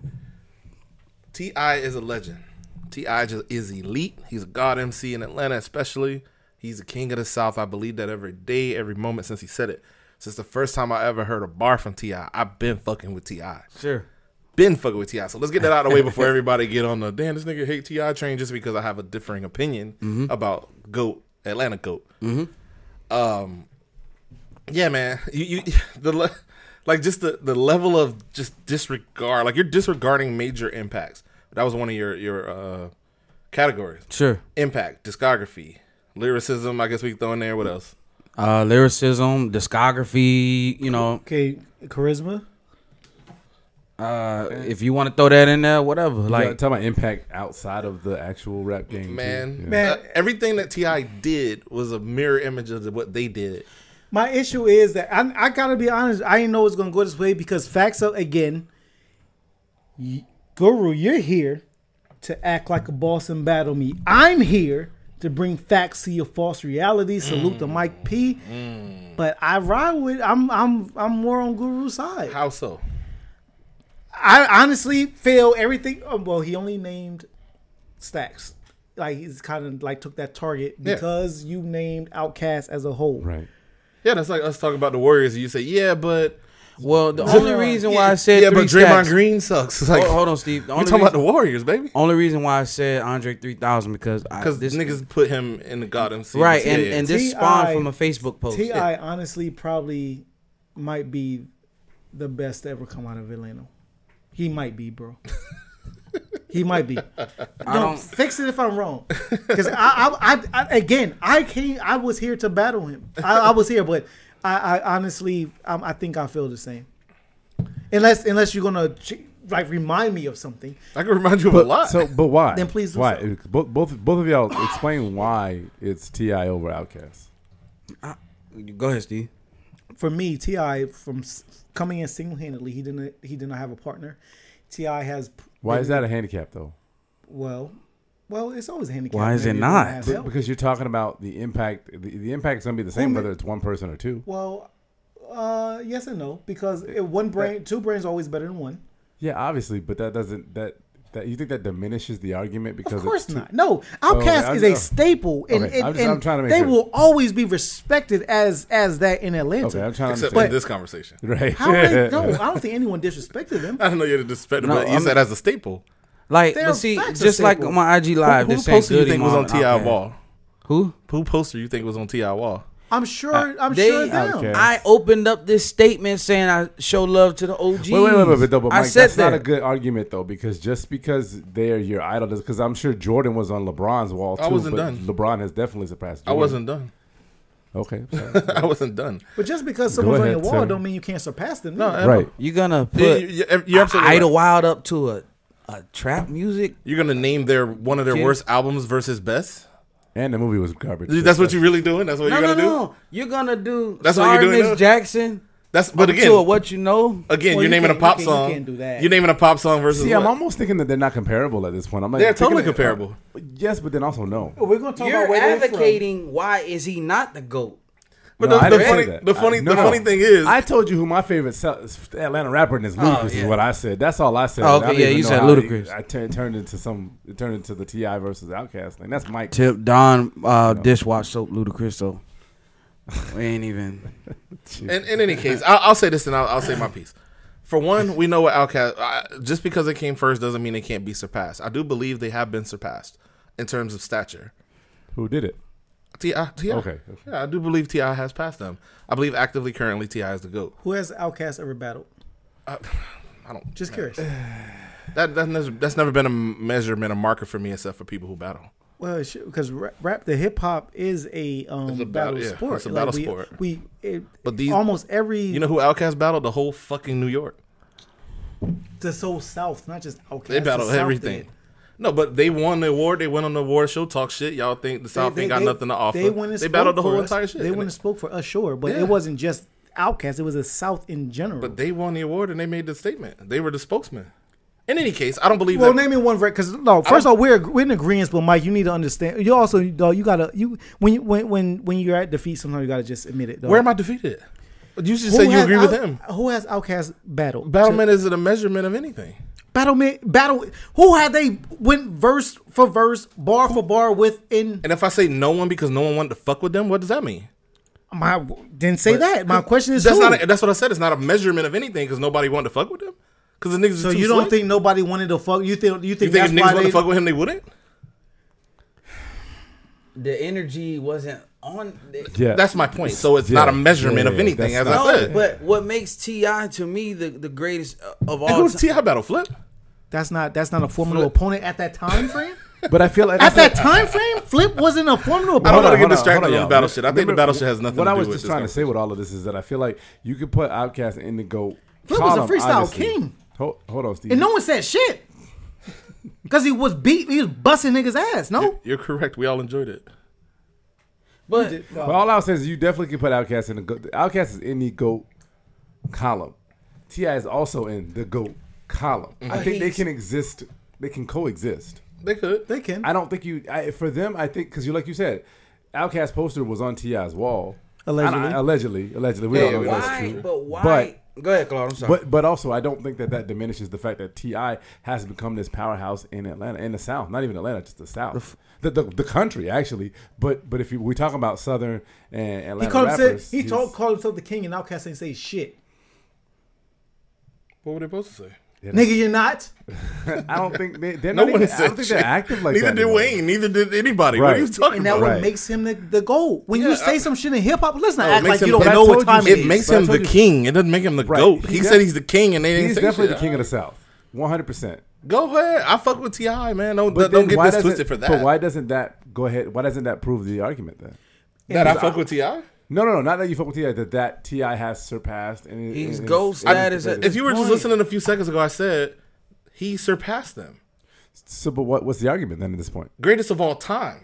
Ti is a legend. Ti just is elite. He's a god MC in Atlanta, especially. He's the king of the South. I believe that every day, every moment since he said it. Since the first time I ever heard a bar from Ti, I've been fucking with Ti.
Sure.
Been fucking with Ti. So let's get that out of the way before everybody get on the damn this nigga hate Ti train just because I have a differing opinion about goat Atlanta goat. Um, Yeah, man. You, you the le- like just the, the level of just disregard. Like you're disregarding major impacts. That was one of your your uh, categories.
Sure.
Impact, discography, lyricism. I guess we can throw in there. What else?
Uh, lyricism, discography, you know,
Okay, charisma.
uh, if you want to throw that in there, whatever.
Like,
Like,
talk about impact outside of the actual rap game. too.
Man,
Yeah.
Man.
uh, everything that Ti did was a mirror image of what they did.
My issue is that I, I gotta be honest. I didn't know it's gonna go this way because facts up again. Y- Guru, you're here to act like a boss and battle me. I'm here to bring facts to your false reality. Salute to Mike P.
Mm.
But I ride with. I'm I'm I'm more on Guru's side.
How so?
I honestly feel everything. oh, Well, he only named Stacks. Like he's kind of like took that target
Yeah.
because you named Outcast as a whole.
Right.
Yeah, that's like us talking about the Warriors. And you say, yeah, but
well, the only reason why I said
yeah,
three
but Draymond
stacks- Oh,
Green sucks. It's like,
Hold, hold on, Steve. The
we
only
talking about
reason,
the Warriors, baby,
only reason why I said Andre three thousand because I,
because
this
niggas put him in the God MC.
right
Yeah,
and,
yeah.
and this
T.I.
spawned from a Facebook post.
Ti
Yeah.
honestly probably might be the best to ever come out of Atlanta. He might be, bro. he might be. Don't,
don't-
fix it if I'm wrong. Because I, I, I, I, again, I came. I was here to battle him. I, I was here, but I, I honestly, um, I think I feel the same. Unless, unless you're gonna ch- like remind me of something.
I can remind you of a lot.
So, but why?
Then please do
why?
so.
It's- Both, both both of y'all explain why it's Ti over Outcast.
Go ahead, Steve.
for me, Ti from s- coming in single handedly, he didn't he did not have a partner. Ti has p-
Why is that a handicap though?
well, well, it's always a handicap.
Why is
Maybe you
it
don't
not?
have
Be-
help.
Because you're talking about the impact. The, the impact is going to be the same
ma-
whether it's one person or two.
Well, uh, yes and no because it, one brain, two brains, are always better than one.
Yeah, obviously, but that doesn't that that you think that diminishes the argument because
Of course
it's two-
not. No, Outcast
Oh, I
is a
know.
staple, and,
Okay,
and,
I'm just- I'm
and
trying to make
they
sure.
will always be respected as as that in Atlanta.
Okay, I'm trying
Except
to
in this conversation.
right.
How they, no, I don't think anyone disrespected them.
I don't know you're disrespecting,
No,
but you
I'm-
said as a staple.
Like,
They're
but see,
facts are
just like
staple.
on my IG live,
who
this
poster
ain't
you
good
think was on Ti
anymore.
Wall?
Who?
Who poster you think was on Ti Wall?
I'm sure. I'm
They-
sure of them.
Uh, Okay.
I opened up this statement saying I show love to the OGs.
Wait, wait, wait, wait, but, though, but
I
Mike,
said
that's
that.
not a good argument though, because just because they're your idol, because I'm sure Jordan was on LeBron's wall too.
I wasn't
but
done.
LeBron has definitely surpassed.
I
Jordan.
wasn't done.
Okay, sorry.
I wasn't done.
But just because someone's on
ahead, uh,
your wall,
Tim.
don't mean you can't surpass them.
No,
either.
ever.
right.
You're gonna
You-
put
you- You're, you're absolutely
Idle
right.
Wild up to a, a trap music.
You're gonna name their one of their
Kid.
worst albums versus best.
And the movie was garbage. too.
That's what you're really doing. That's what
No,
you're
no,
gonna do.
no. You're gonna do.
That's what
sorry,
you're doing now?
Miss Jackson.
That's but
up to a
again,
what you know.
again, you're
Well, you
naming a
can't-
pop
you can't- you
song.
can't do that.
You're naming a pop song versus.
See,
what?
I'm almost thinking that they're not comparable at this point. I'm like,
They're
taking
totally
it-
comparable.
uh, yes, but then also no.
We're gonna talk about
You're
where they're from.
advocating. Why is he not the goat?
But
No, I
the, the
didn't
funny,
say that.
the funny,
I- no,
the
no.
funny thing is, Oh,
I told you who my favorite Sou- Atlanta rapper in this Ludacris
yeah.
is what I said. That's all I said.
Oh,
I don't
okay, yeah,
even
you
know
said
how
Ludacris.
it- I turned turned into some. It turned into the Ti versus Outcast thing. That's Mike.
Tip Don uh, dishwash soap ludicrous though. we ain't even.
In, in any case, I'll, I'll say this and I'll, I'll say my piece. For one, we know what Outkast. I, just because they came first doesn't mean they can't be surpassed. I do believe they have been surpassed in terms of stature.
Who did it?
Ti, Ti.
Okay, okay.
Yeah, I do believe Ti has passed them. I believe actively currently Ti is the goat.
Who has Outcast ever battled?
I don't.
Just curious.
That, that that's, that's never been a measurement, a marker for me, except for people who battle.
Well, because rap, rap the hip hop is a, um,
It's a
battle,
battle- yeah,
sport.
it's a battle
we,
sport.
We it,
But these-
almost every
You know who Outcast battled? The whole fucking New York.
the soul South, not just Outcast.
They
the
battled
South
everything.
did.
No, but they won the award. They went on the award show, talk shit. Y'all think the South ain't got nothing to offer?
They, went and spoke
battled the
for
whole
us.
entire shit.
They
and
went and spoke for us, sure, but
Yeah.
it wasn't just Outcast. It was a South in general.
But they won the award and they made the statement. They were the spokesman. In any case, I don't believe
Well,
that.
name me one record. Because no, first of all, we're we're in agreement, but Mike, you need to understand. You also, though, you gotta you when you when when when you're at defeat, sometimes you gotta just admit it. Though.
where am I defeated? You just
Who
said you
has
agree with
Out-
him.
Who has Outcast battle?
Battleman isn't a measurement of anything.
Battleman battle. Who had they went verse for verse, bar for bar within?
And if I say no one because no one wanted to fuck with them, what does that mean?
My didn't say that. My question is
That's
who?
not. A, that's what I said. It's not a measurement of anything because nobody wanted to fuck with them. Because the niggas.
so
are too
you don't
slick.
think nobody wanted to fuck? You think you
you
think,
think if
that's why
niggas wanted
they?
to fuck with him, they wouldn't?
The energy wasn't on. the-
Yeah,
That's my point. So it's not a
Yeah,
measurement
yeah,
of
yeah,
anything, as
that's
I
not-
said.
No, but what makes Ti to me the, the greatest uh, of
and
all
who's
time?
Ti battle flip?
that's not that's not a formidable opponent at that time frame.
But I feel like
at that time frame, Flip wasn't a formidable.
I don't
opponent.
wanna get
hold
distracted
hold
on the
y'all.
battleship. I think the
Remember,
battleship has nothing
What
to
I
do
was
with
just
this
trying to say with all of this is that I feel like you could put Outkast in the goat.
Flip was a
column,
freestyle
honestly.
king.
Hold, hold on, Steve.
And no one said shit. Cause he was beat, he was busting niggas ass. No,
You're correct. We all enjoyed it.
But
But all I was saying is you definitely can put Outcast in the goat. Outcast is in the goat column. Ti is also in the goat column.
Mm-hmm.
I think they can exist. They can coexist.
They could.
they can.
I don't think you I, for them. I think because you like you said, Outcast poster was on Ti's wall.
Allegedly.
I don't- allegedly, allegedly. We don't know if that's
why?
true.
But why?
But-
go ahead, Claude. I'm sorry.
But but also, I don't think that that diminishes the fact that Ti has become this powerhouse in Atlanta, in the South. Not even Atlanta, just the South, the the, the country actually. But but if you, we talk about Southern and Atlanta
He called himself,
rappers,
he
he's-
told, called himself the king, and Outcast ain't say shit.
What were they supposed to say?
Nigga, you're not.
I don't think they, they're
No
not
one
even, I
said
don't think they're
shit.
active like
neither
that.
did
anymore.
Wayne. Neither did anybody. What are
Right.
you talking
And that
about?
what
Right.
makes him the, the goat. When you
Yeah,
say
I-
some shit in hip hop, let's not
No, it
act
makes
like you
him-
don't
but I
know
told
what
you
time
it
it is.
makes-
makes
But I
him
told
the
you-
king. It doesn't make him the
Right.
goat.
He
He, said
def-
he's the king, and they didn't
He's
say
definitely
shit.
the king of the South, one hundred percent.
Go ahead. I fuck with Ti, man. Don't
But
don't
then
get
why
this
doesn't-
twisted for that.
But why doesn't that go ahead? Why doesn't that prove the argument then?
that I fuck with Ti?
No, no, no, not that you fuck with Ti. That that Ti has surpassed. And and-
He's
and-
goat status at
If you were just
Right.
listening a few seconds ago, I said he surpassed them.
So, but what, what's the argument then at this point?
Greatest of all time,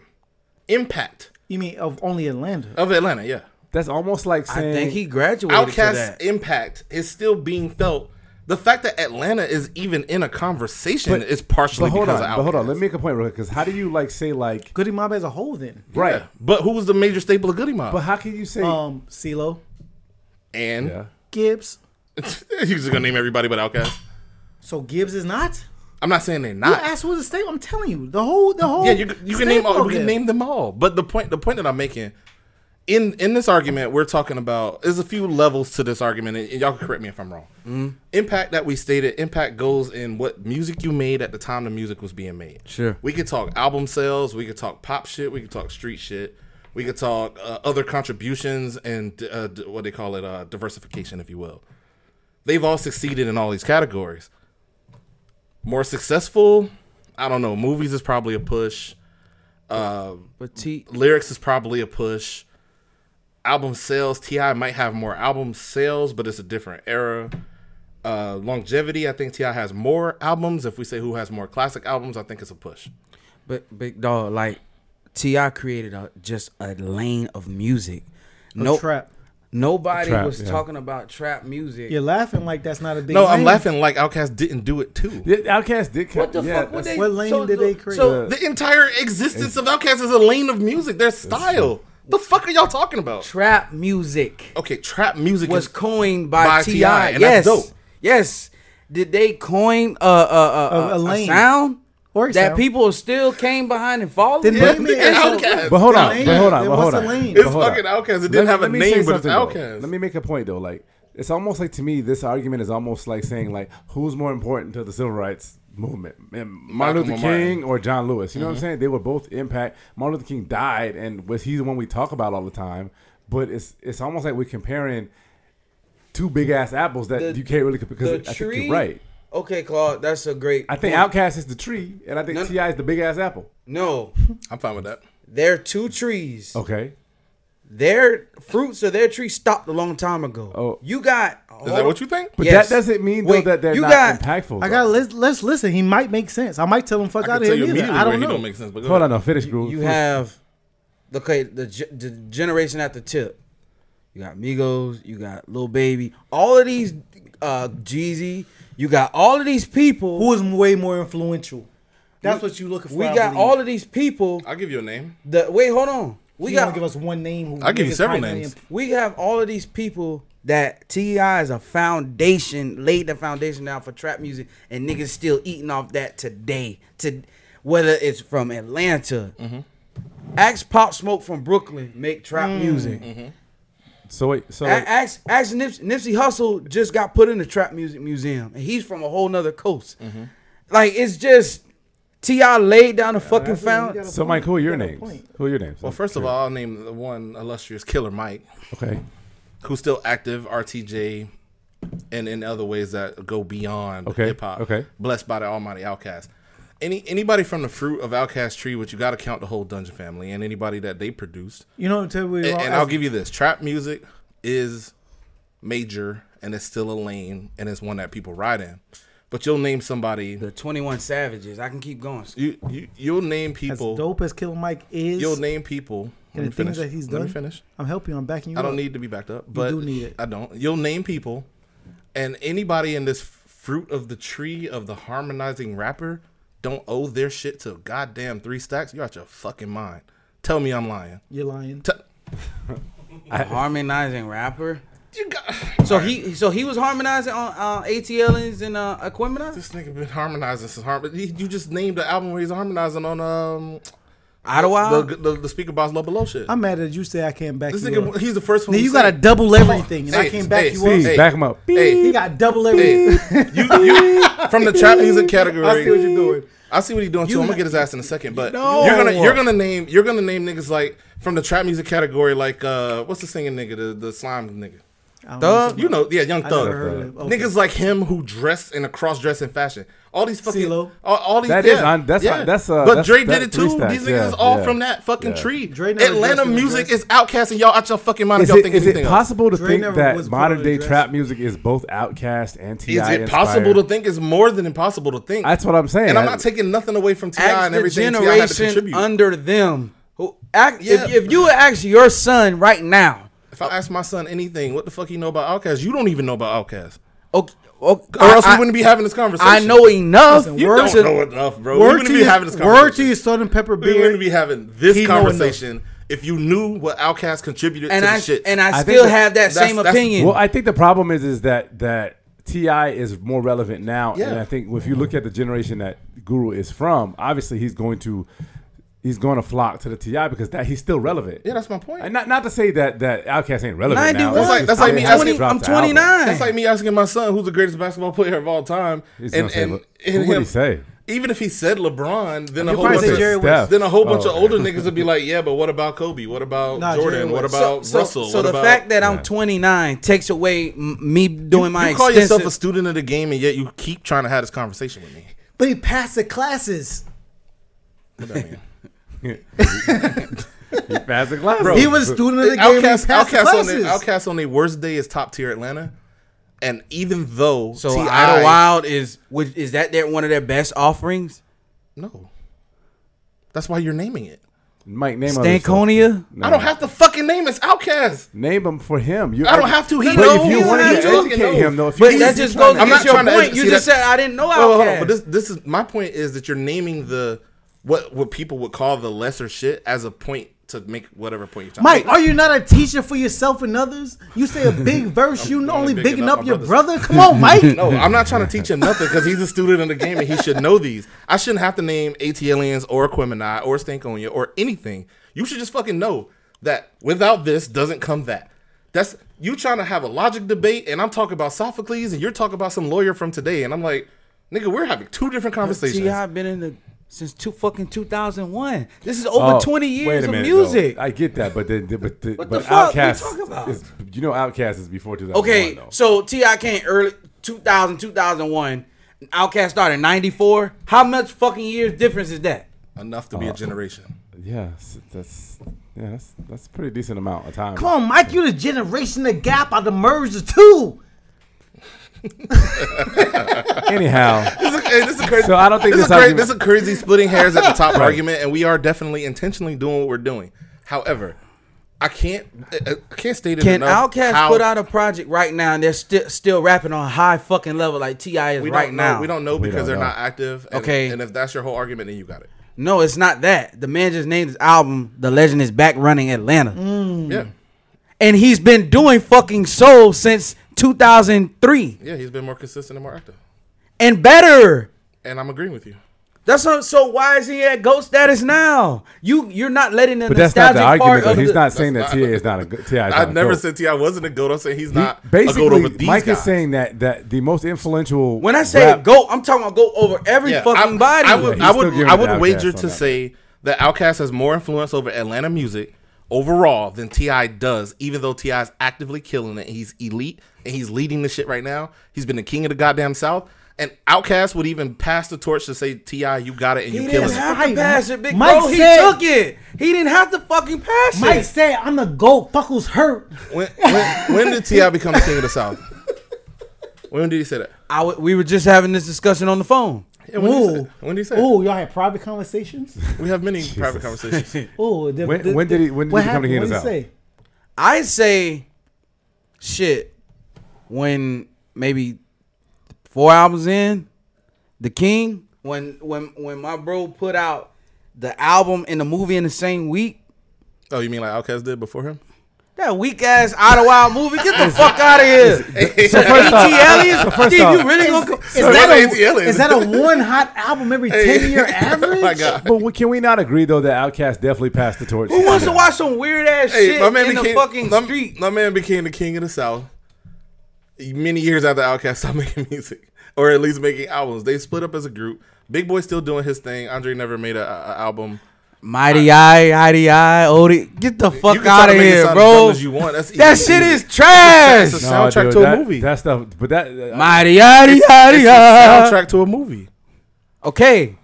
impact
You mean of only Atlanta?
of Atlanta. Yeah,
That's almost like
I
saying
think he graduated to
Outcast
that.
impact is still being felt. The fact that Atlanta is even in a conversation is partially
But hold
because
on,
of Outkast.
but hold on. Let me make a point real quick. Because how do you like say like
Goody Mob as a whole, then.
right?
Yeah. But who was the major staple of Goody Mob?
But how can you say
Uh,
Um, CeeLo,
and
yeah?
Gibbs.
you're just gonna name everybody but Outkast.
So Gibbs is not.
I'm not saying they're
You
not.
asked what the state. I'm telling you, the whole, the whole.
yeah, you, you can name
staple
all,
of
we can
them.
name them all. But the point the point that I'm making in in this argument we're talking about there's a few levels to this argument, and y'all can correct me if I'm wrong. Impact that we stated, impact goes in what music you made at the time the music was being made.
Sure.
we could talk album sales, we could talk pop shit, we could talk street shit. We could talk uh, other contributions and uh, d- what they call it, uh, diversification, if you will. They've all succeeded in all these categories. More successful, I don't know. Movies is probably a push
But T,
lyrics is probably a push. Album sales, Ti might have more album sales, but it's a different era. Uh, longevity, I think Ti has more albums. If we say who has more classic albums, I think it's a push.
but big dog, like Ti created a, just a lane of music. No
trap.
Nobody
Trap,
was
yeah.
talking about trap music.
You're laughing like that's not a big.
No, I'm
lane.
laughing like Outkast didn't do it too.
Yeah, Outkast did. Count,
What the
yeah,
fuck? Would
that's-
they,
What lane did they create?
So
The entire existence of Outkast is a lane of music, their style. The fuck are y'all talking about?
trap music
Okay, trap music
was
is
coined by,
by
Ti.
T.I., and
yes,
that's dope.
yes. Did they coin a a, a,
A- a
a, a
lane.
sound
Or a
that
sound.
people still came behind and followed?
Then
Yeah.
name it.
Yeah,
as a-
Outkast.
But hold
The
on,
lane.
but hold on,
Then
but
what's
hold
the
on.
lane?
But
It's
hold on.
fucking Outkast. It
Let
didn't have a
let me
name,
say
but it's
something, though.
Outkast.
Let me make a point though. Like it's almost like to me, this argument is almost like saying like who's more important to the civil rights movement. And Martin
Malcolm Mm-hmm.
Luther
Martin.
King or John Lewis. You know what I'm saying? They were both impact. Martin Luther King died, and was he's the one we talk about all the time. But it's it's almost like we're comparing two big ass apples that
The-
you can't really compare.
The
Because I think
tree.
you're right.
Okay, Claude, that's a great.
I think
point.
Outcast is the tree, and I think
None-
Ti is the big ass apple.
No,
I'm fine with that.
they're two trees.
Okay.
Their fruits of their tree stopped a long time ago.
Oh.
you got.
Is that what you think?
But
Yes.
that doesn't mean though
Wait,
that they're
you
not
got-
impactful.
I
though.
got let's let's listen. He might make sense. I might tell him fuck
I
out
can
of
tell
here.
you
neither.
immediately
I
where
don't
he
know.
don't make sense. But go
Hold
ahead.
on, no finish,
You,
Groove.
you
Finish.
have okay the, ge- the generation at the tip. You got Migos, you got Lil Baby, all of these uh Jeezy, you got all of these people.
Who is way more influential? That's what you looking for.
we
I
got
believe.
all of these people.
I'll give you a name.
The wait, hold on. We
You
got
got give us one name. who
I'll give you
niggas
several
probably
names.
ain't-
we have all of these people that Ti is a foundation, laid the foundation down for trap music, and niggas still eating off that today. To whether it's from Atlanta,
Mm-hmm.
ask Pop Smoke from Brooklyn make trap
Mm.
music.
Mm-hmm.
So wait, so
A- Ask, ask Nips- Nipsey Hussle just got put in the Trap Music Museum, and he's from a whole nother coast.
Mm-hmm.
Like it's just Ti laid down the fucking
You got
found.
a
so
point.
Mike, who are your
You got a
names?
point.
Who are your names?
Well, first of all, I'll name the one illustrious Killer Mike,
okay.
who's still active, RTJ, and in other ways that go beyond
Okay,
hip hop.
okay.
Blessed by the Almighty Outcast. Any anybody from the fruit of Outcast tree, which you got to count the whole Dungeon family and anybody that they produced.
You know what I'm telling you?
and, and I'll give you this: trap music is major, and it's still a lane, and it's one that people ride in. But you'll name somebody.
The Twenty One Savages. I can keep going.
You, you you'll name
as
people.
dope as Killer Mike is.
You'll name people. Let
and
me
the things
finish.
that he's
Let
done.
me finish.
I'm helping. you, I'm backing you.
I don't
up.
need to be backed up, but
do need it.
I don't. You'll name people, and anybody in this fruit of the tree of the harmonizing rapper don't owe their shit to goddamn three stacks. You're out your fucking mind. Tell me I'm lying.
You're lying.
T-
harmonizing rapper.
you got
So he so he was harmonizing on uh, ATLs and uh, Equimini.
this nigga been harmonizing since harmon. You just named the album where he's harmonizing on um
Ottawa.
the the, the speaker box Love Below shit.
Uh, I'm mad that you say I can't back
this
you
nigga,
up.
he's the first one.
Now
who
you
said
gotta
it.
double everything, and I
Hey,
can't back
hey,
you
Steve,
up.
Please
Hey.
back him up.
Hey,
He got double everything.
Hey, you, you from the trap music category.
I see what you're doing.
I see what he's doing too. I'm gonna get his ass in a second, but
No.
you're gonna you're gonna name you're gonna name niggas like from the trap music category, like uh what's the singing nigga, the, the slime nigga.
I don't
Thug.
You know, yeah, young
I
thug.
never heard of it. Okay.
Niggas like him who dress in a cross dressing fashion. All these fucking
CeeLo.
all, all these
That
yeah,
is on- that's
yeah.
on- that's, uh,
But
that's-
Dre did
that
it
three
too.
stacks,
These niggas
yeah,
is all
yeah,
from that fucking
yeah.
tree.
Dre never
Atlanta
dressed in a
music
dress.
is outcast and y'all out your fucking mind if
Is
y'all
it,
think
is it
anything else.
possible to
Dre
think
never
that
was
modern
put on a
day
dress.
trap music is both outcast and Ti?
Is it
inspired?
possible to think? It's more than impossible to think.
That's what I'm saying.
And I'm
I-
not taking nothing away from Ti
ask
and
the
everything Ti had to
generation
contribute.
under them. Who act,
Yeah.
if, if you would ask your son right now,
if I ask my son anything, what the fuck he know about Outkast? You don't even know about Outkast,
okay, okay,
or else
I,
we wouldn't be having this conversation.
I know enough.
Listen,
You
Word
don't
to-
know enough, bro. we
Word
wouldn't
to
be
your
having this conversation.
word to your salt and pepper
we wouldn't
beard.
be having this
He know enough.
conversation if you knew what Outkast contributed
and
to
I
the shit.
and I,
I
still
think
have that
that's-
same
that's-
opinion.
Well, I think the problem is is that that Ti is more relevant now, and
Yeah.
I think if you look at the generation that Guru is from, obviously he's going to he's going to flock to the Ti because that he's still relevant.
yeah, that's my point.
And not not to say that that Outkast ain't relevant now. It's
91.
That's like-
just
that's
that
like
they
me
haven't
asking-
dropped
I'm
the album.
29.
That's like me asking my son, who's the greatest basketball player of all time,
He's
and
gonna say,
and,
"What-
and
who
him,
would he say?"
Even if he said LeBron, then a whole
probably
bunch
say
of
Jerry
West.
then a whole bunch
Oh,
of older niggas would be like, yeah, but what about Kobe? What about
Nah, Jerry
Jordan? What
West.
about
so,
Russell?
so
what
the
about
fact that I'm 29 takes away m- me doing my
you call
extensive.
yourself a student of the game, and yet you keep trying to have this conversation with me.
But he passed the classes.
What that mean?
He passed the glass.
Bro,
He was a student of the game.
Outcast,
he passed the
Outcast on
classes.
their, Outcast on their worst day is top tier Atlanta, and even though
so
T.I.
Idlewild is which is that their one of their best offerings?
no, that's why you're naming it.
Mike name other stuff.
Stankonia.
No.
I don't have to fucking name it's Outcast.
Name him for him. You,
I don't have to. He
but
knows.
If
He
you wanted
knows.
to
He
educate
knows.
him, though, if
But
you
that just goes
I'm not
against your
trying to
point.
edu-
You
see
just
that-
said I didn't know
Wait, wait, hold on. But
outcast.
this this is my point is that you're naming the what what people would call the lesser shit as a point to make whatever point you're trying
Mike,
to
are you not a teacher for yourself and others? You say a big verse, you only
bigging
bigging
up
up,
my
your
brothers.
brother. Come on, Mike.
No, I'm not trying to teach him nothing because he's a student in the game and he should know these. I shouldn't have to name ATLians or Aquemini or Stankonia or anything. You should just fucking know that without this doesn't come that. That's you trying to have a logic debate and I'm talking about Sophocles and you're talking about some lawyer from today and I'm like, Nigga, we're having two different conversations.
See, I've been in the since two fucking two thousand one. This is
Oh,
over twenty years of
though.
music.
I get that, but the, the, but the,
What the
but
fuck we
Outkast
talking about?
is- you know Outcast is before 2001.
okay,
though.
so Ti came early 2000, 2001. Outcast started in ninety four. How much fucking years difference is that?
Enough to be a generation.
yeah, s- that's yeah, that's that's a pretty decent amount of time.
Come on, Mike, you the generation that gap out the merge the two.
Anyhow,
This is, hey, this is crazy.
So I don't think
this,
this
is crazy.
argument-
This is crazy splitting hairs at the top argument, and we are definitely intentionally doing what we're doing. However, I can't I I can't state it
Can
enough.
Outcast
how-
put out a project right now and they're still still rapping on high fucking level like Ti is
we
right
don't know,
now?
We don't know because
don't
they're
know.
not active. And,
Okay.
and if that's your whole argument, then you got it.
No, it's not that. The man just named his album "The Legend Is Back Running Atlanta,"
Mm.
Yeah,
and he's been doing fucking soul since 2003
yeah, he's been more consistent and more active,
and better.
and I'm agreeing with you.
That's what, so. Why is he at goat status now? You you're not letting the
but that's not
nostalgic
the
part
argument. Though.
of
He's
the,
not saying that
not-
Ti is not a good Ti.
I've never
goat.
said Ti wasn't a goat. I'm saying he's
He-
not a goat
basically
over these
Mike
guys.
is saying that that the most influential.
When I say
rap-
goat, I'm talking about goat over every
Yeah,
fucking
I,
body.
I would,
Yeah,
I
he's still
would,
giving
I
it to
would
Outkast
wager
on
to
that.
say that Outkast has more influence over Atlanta music overall than Ti does. Even though Ti is actively killing it, he's elite and he's leading the shit right now. He's been the king of the goddamn South. And Outkast would even pass the torch to say, "Ti, you got it, and you
he
killing
didn't
it."
have
Right.
to pass it, big
Mike
bro. He
said-
took it. He didn't have to fucking pass
Mike
it.
said, I'm the gold fuckles hurt.
When, when, when did Ti become the king of the South? When did he say that?
I w- we were just having this discussion on the phone.
Yeah, when, did he say
Ooh.
that? when did he say? that?
Ooh, y'all had private conversations?
We have many private conversations.
Ooh, the-
When-
the-
when did he- when did
what
he become
happened?
the king of the
What did he
South?
say?
I say, shit, when maybe four albums in, the King, when when when my bro put out the album and the movie in the same week,
Oh, you mean like Outkast did before him?
that weak ass out of wild movie, get the fuck out of here. So E
first off- so
Elliott,
first
Steve, you
off-
really gonna? go-
Is
that's
that,
A.T.
a,
Ellis.
is that a one hot album every 10 year average?
Oh my God.
but what- can we not agree though that Outcast definitely passed the torch?
Who wants to watch some weird ass shit in the fucking
my,
street?
my man became the king of the South many years after Outkast stopped making music, or at least making albums. They split up as a group. Big Boy still doing his thing. Andre never made an album.
Mighty Eye, Mighty Eye, Odie, get the
You
fuck
can try
out
to
of
make it
here,
sound as
bro.
dumb as you want. That's
That
easy.
shit is
It's a
trash.
No,
soundtrack
dude,
to
that-
a movie.
That stuff, but that uh,
Mighty Yaddy
It's
Yaddy
a
Yaddy.
soundtrack to a movie.
Okay.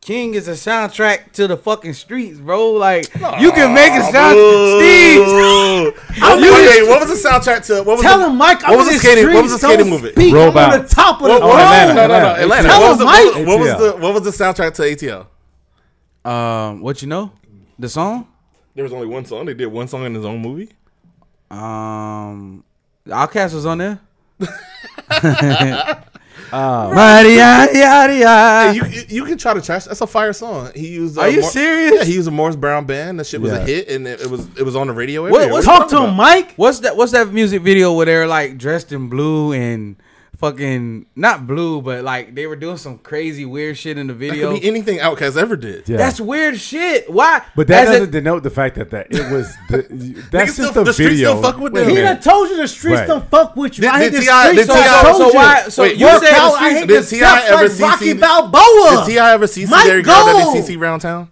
King is a soundtrack to the fucking streets, bro. Like you can make a sound. Steve,
I'm
you-
okay, Oh, what was the soundtrack to? What was
Tell
the,
him, Mike, I'm
What was
in
the
the
skating? What was the
streets,
skating
don't
movie?
Speak,
Roll
I'm on
back.
the top of the
What, what,
Oh,
throne.
Atlanta.
no, no, no, Atlanta.
Tell
What was, the,
him,
what, was, what
Mike.
was
ATL.
the what was the soundtrack to ATL?
um, what you know? The song,
There was only one song. They did one song in his own movie.
um, Outcast was on there. Uh, Mighty Yaddy Yaddy Yaddy.
you you can try to trash. That's a fire song. He used. uh,
Are you
Mor-
serious?
Yeah, he used a Morris Brown band. That shit was
Yeah.
a hit, and it, it was it was on the radio.
What-
everywhere.
what's
What you
Talk to
talking
him,
about?
Mike.
What's that? What's that music video where they're like dressed in blue and fucking not blue, but like they were doing some crazy weird shit in the
That
video.
could be anything Outkast ever did.
Yeah.
That's weird shit. Why?
But that
As a-
doesn't denote the fact that that it was the, that's
still-
just the,
the streets
video.
still fuck with
Wait a
them.
He done
minute.
told you the streets
Right.
don't fuck with you.
Did-
I hate
did
the
T.I. did
streets. So, I
T.I.
told
so
you.
why? So
Wait,
you
you
Work
said
out.
the
I
streets-
hate
did
the
T.I.
stuff
ever
like
see
Rocky
C-
Balboa.
Did Ti ever CC
Mike,
their girl that he
go!
CC round town?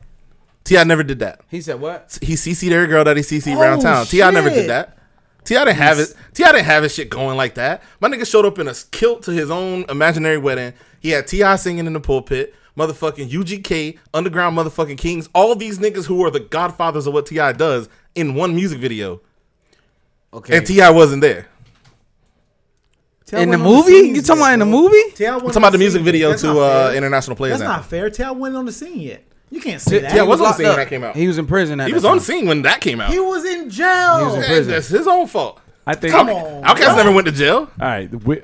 Ti never did that.
he said what?
He CC their girl that he CC
Oh,
round town. Ti never
shit.
did that. Ti didn't have it. Ti didn't have his shit going like that. My nigga showed up in a kilt to his own imaginary wedding. He had Ti singing in the pulpit. Motherfucking UGK, underground motherfucking kings. All these niggas who are the godfathers of what Ti does in one music video,
Okay.
and Ti wasn't there.
Tell
in the
him on
movie?
scene
you talking about
yet,
in the
bro. Tell
movie?
wasn't
I'm
on
talking about the music
scene
video
yet. That's
to
not
uh,
fair.
international players.
That's
Anthem.
not fair. Tell wasn't on the scene yet. You can't say that.
T.I. was on the
locked
scene when
up.
that came out.
He was in prison. At
He
that
was on
time.
scene when that came out.
He was in jail.
in
Hey,
prison.
That's his own fault.
I think.
Come
on.
Outkast never went to jail.
All right, we,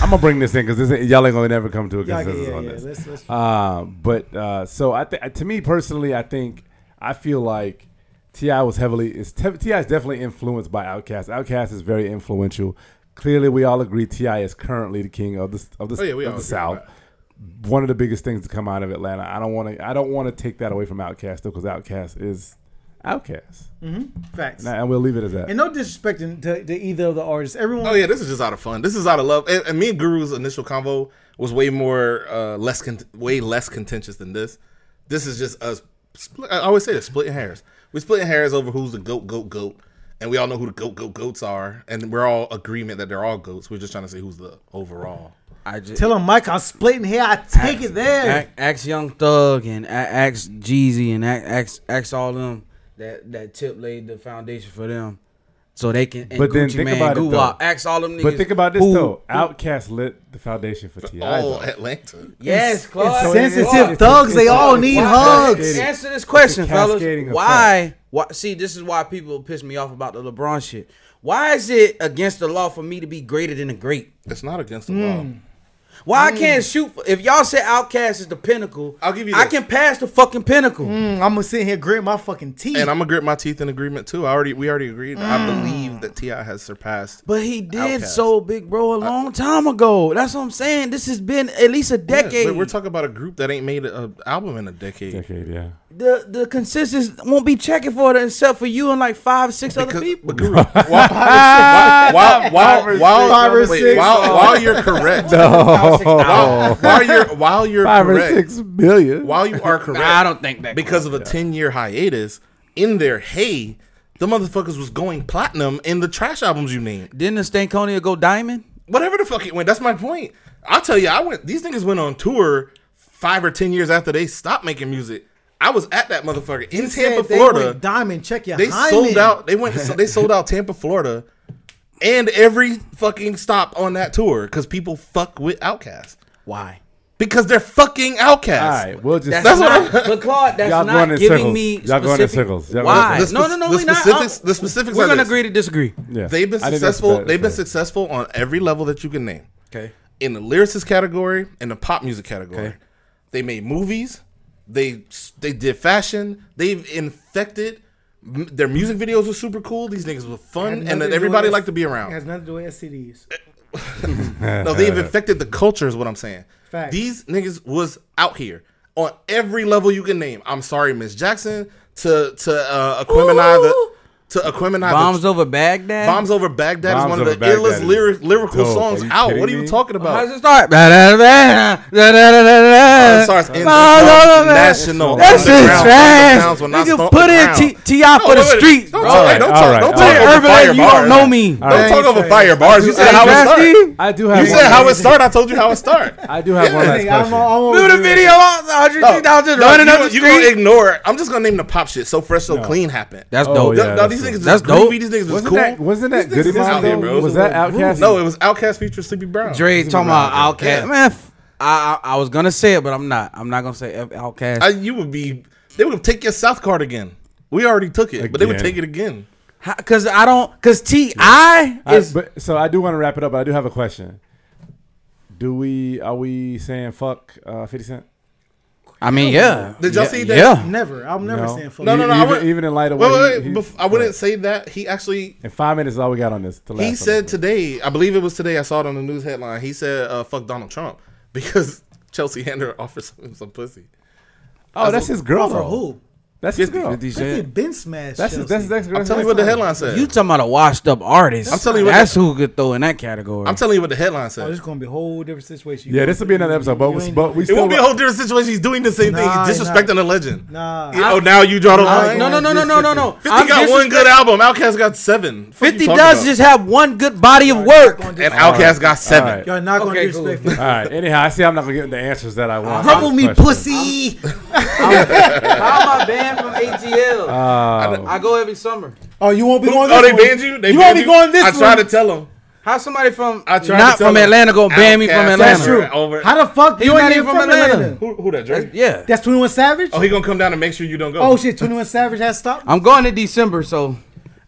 I'm gonna bring this in because y'all ain't gonna never come to a
Yeah, yeah,
consensus
yeah,
on
yeah.
this.
Let's- let's-
Uh, but uh, so I think to me personally, I think I feel like Ti was heavily is Ti is definitely influenced by Outkast. Outkast is very influential. Clearly, we all agree Ti is currently the king of the of the,
Oh, yeah, we
of
all agree
the South.
with that.
One of the biggest things to come out of Atlanta. I don't want to. I don't want to take that away from Outkast though, because Outkast is Outcast.
Facts.
Nah, and we'll leave it as that.
And no disrespecting to, to either of the artists. Everyone,
Oh yeah, this is just out of fun. This is out of love. And, and me and Guru's initial convo was way more uh, less con- way less contentious than this. This is just us. Split, I always say this: splitting hairs. We're splitting hairs over who's the goat, goat, goat, and we all know who the goat, goat, goats are, and we're all agreement that they're all goats. We're just trying to say who's the overall.
I just
tell him Mike, I'm splitting here. I take it there.
ask, ask Young Thug and a- ask Jeezy and a- ask ask all them that that Tip laid the foundation for them, so they can. And
But then
Gucci
think
Man,
about it,
Goo
though.
Wop, Ask all them niggas.
but think about this
who-
though. Outcast lit the foundation for Ti.
All
though.
Atlanta.
Yes, Claude.
It's
Yes,
sensitive
Claude.
thugs. They all
Why-
need
why-
hugs.
Answer this question,
It's a
fellas.
cascading
Why? Why? See, this is why people piss me off about the LeBron shit. Why is it against the law for me to be greater than a great?
It's not against the law.
Why I
Mm.
can't shoot? For, if y'all say Outcast is the pinnacle,
I'll give you
I
this.
can pass the fucking pinnacle.
Mm.
I'm gonna sit here grit my fucking teeth.
And I'm gonna grit my teeth in agreement too. I already we already agreed. I believe that Ti has surpassed.
But he did
Outkast.
so, Big Bro, a long time ago. That's what I'm saying. This has been at least a
Yeah,
decade.
but we're talking about a group that ain't made an album in a decade.
Decade, yeah.
the the consensus won't be checking for it except for you and like five, six other
Because-
people.
but Guru, while, while, while, while, while,
Five or
wait,
six.
while, while you're correct, while, while you're while you're
Five
correct,
or six million.
while you are correct,
I don't think that
because of a ten year hiatus in their hey, the motherfuckers was going platinum in the trash albums you named,
Didn't the Stankonia go diamond?
whatever the fuck it went. That's my point. I'll tell you, I went. These niggas went on tour five or ten years after they stopped making music. I was at that motherfucker in
Said
Tampa,
they
Florida.
went diamond. Check your
They
hymen.
sold out. They went. They sold out Tampa, Florida, and every fucking stop on that tour because people fuck with Outcast
Why?
because they're fucking Outcast.
All right, we'll just.
That's,
That's what
not, but Claude, that's
Y'all
not
going in
giving
circles.
me
Y'all going in
specific-
circles. Y'all going in
Why?
circles. The
No, no,
spe-
no,
the
we not.
specifics-
I'm-
the specifics
We're
are
gonna
this.
agree to disagree.
yeah.
They've been
I think that's
successful.
fair,
They've been
that's fair.
successful on every level that you can name.
Okay.
In the lyricist category, in the pop music category,
Okay.
they made movies. They they did fashion. They've infected. m- Their music videos were super cool. These niggas were
Had
fun,
nothing
and
to
that
do
everybody
with-
liked to be
It has
around.
nothing to do with STDs.
No, they've infected the culture. Is what I'm saying.
Facts.
These niggas was out here on every level you can name. I'm sorry, Miss Jackson, to to uh, Aquemini the to Aquemini the-
Bombs over Baghdad.
Bombs over Baghdad
Bombs
is one of
over
the
Baghdad
illest
is
lyric, lyrical
dope.
songs
Are you
out.
kidding
What are you
me?
talking
How
about?
does it start?
Uh,
Sorry,
sorry, it's international.
international. That's
Underground,
just trash.
undergrounds will not
Nigga,
stomp
put
the
in
ground.
T- T.I.
No,
for the
wait, wait,
streets,
Don't
bro.
talk, hey, don't
All
talk,
right,
don't
all
talk
right.
over
Urban,
fire
you don't
bars.
know me.
All
Don't
right.
talk over fire bars. You said
Hey,
how it start.
Drafty?
I do
You
have. one
said how it
last-
start. I told you how it start.
I do have one
Yeah.
last
Hey, I'm
question.
all- all
Do the
over it.
video. I
No,
was just
Oh. no,
running
you
up
gonna-
the
You gonna
street.
ignore it. I'm just gonna name the pop shit. So fresh, so clean happened.
That's
Oh,
dope.
yeah.
no, these
that's
niggas
dope.
is
That's dope.
groovy. These niggas was
Wasn't
cool.
that wasn't that
These
good
niggas is
enough
out here,
though?
bro.
Was that Outkast?
No, it was Outkast featuring Sleepy Brown.
Dre talking about Outcast.
Yeah.
Man, f- I, I I was gonna say it, but I'm not. I'm not gonna say F- Outcast.
I- you would be. They would take your South card again. We already took it, but they would
Again.
take it again.
How- Cause I don't. Cause Ti
I-
is.
but, so I do want to wrap it up, but I do have a question. Do we are we saying fuck uh, Fifty Cent?
I mean, yeah.
Did y'all
Yeah,
see that-
Yeah.
Never. I'm never saying fuck.
No, no, no. I
Even-
wouldn't-
even in light of
wait,
what
wait,
he-
wait,
he-
bef- I wouldn't say that. He actually
And five minutes is all we got on this. The last
he
one.
said today. I believe it was today. I saw it on the news headline. He said, uh, "Fuck Donald Trump" because Chelsea Handler offers him some pussy.
"Oh, that's his girl."
For
though.
who?
That's his girl.
50
That's
They
Cent.
been smashed.
his.
Chelsea.
That's his ex girl.
I'm telling you what the headline said.
You talking about a washed up artist?
I'm telling you what
that's who could throw in that category.
I'm telling you what the headline
Oh, this
said.
is gonna be a whole different situation.
Yeah, this will be another episode, but
You
we,
ain't-
but we
It
still.
won't be a whole different situation. He's doing the same thing.
Nah,
He's
nah.
disrespecting a legend.
Nah.
You- oh, now you draw the
I-
line.
no, no, no, no, no, no, no.
50
I'm
got one
disrespect-
good album. Outkast got seven. Fuck you
Fifty
talking
does
about?
just have one good body of work.
and Outkast got seven.
All right.
Y'all not gonna
Okay, cool.
disrespect me.
All right. Anyhow, I see. I'm not gonna get the answers that I want.
Humble me,
Question.
pussy.
How am I banned from ATL? I go every summer.
Oh, you won't be going.
Oh,
this
they
one.
banned you. They
you won't
banned
be
you.
going this
I
one.
tried to tell him.
How somebody from
I tried
not
to tell
from
him.
Atlanta gonna ban me from
Outkast
Atlanta?
That's true.
Over-
How the fuck
He
you
not
ain't
even
even
from
from Atlanta?
Atlanta.
Who, who that Drake?
Yeah,
That's Twenty One Savage.
Oh, he gonna come down and make sure you don't go.
Oh shit, Twenty One Savage has stopped.
I'm going in December, so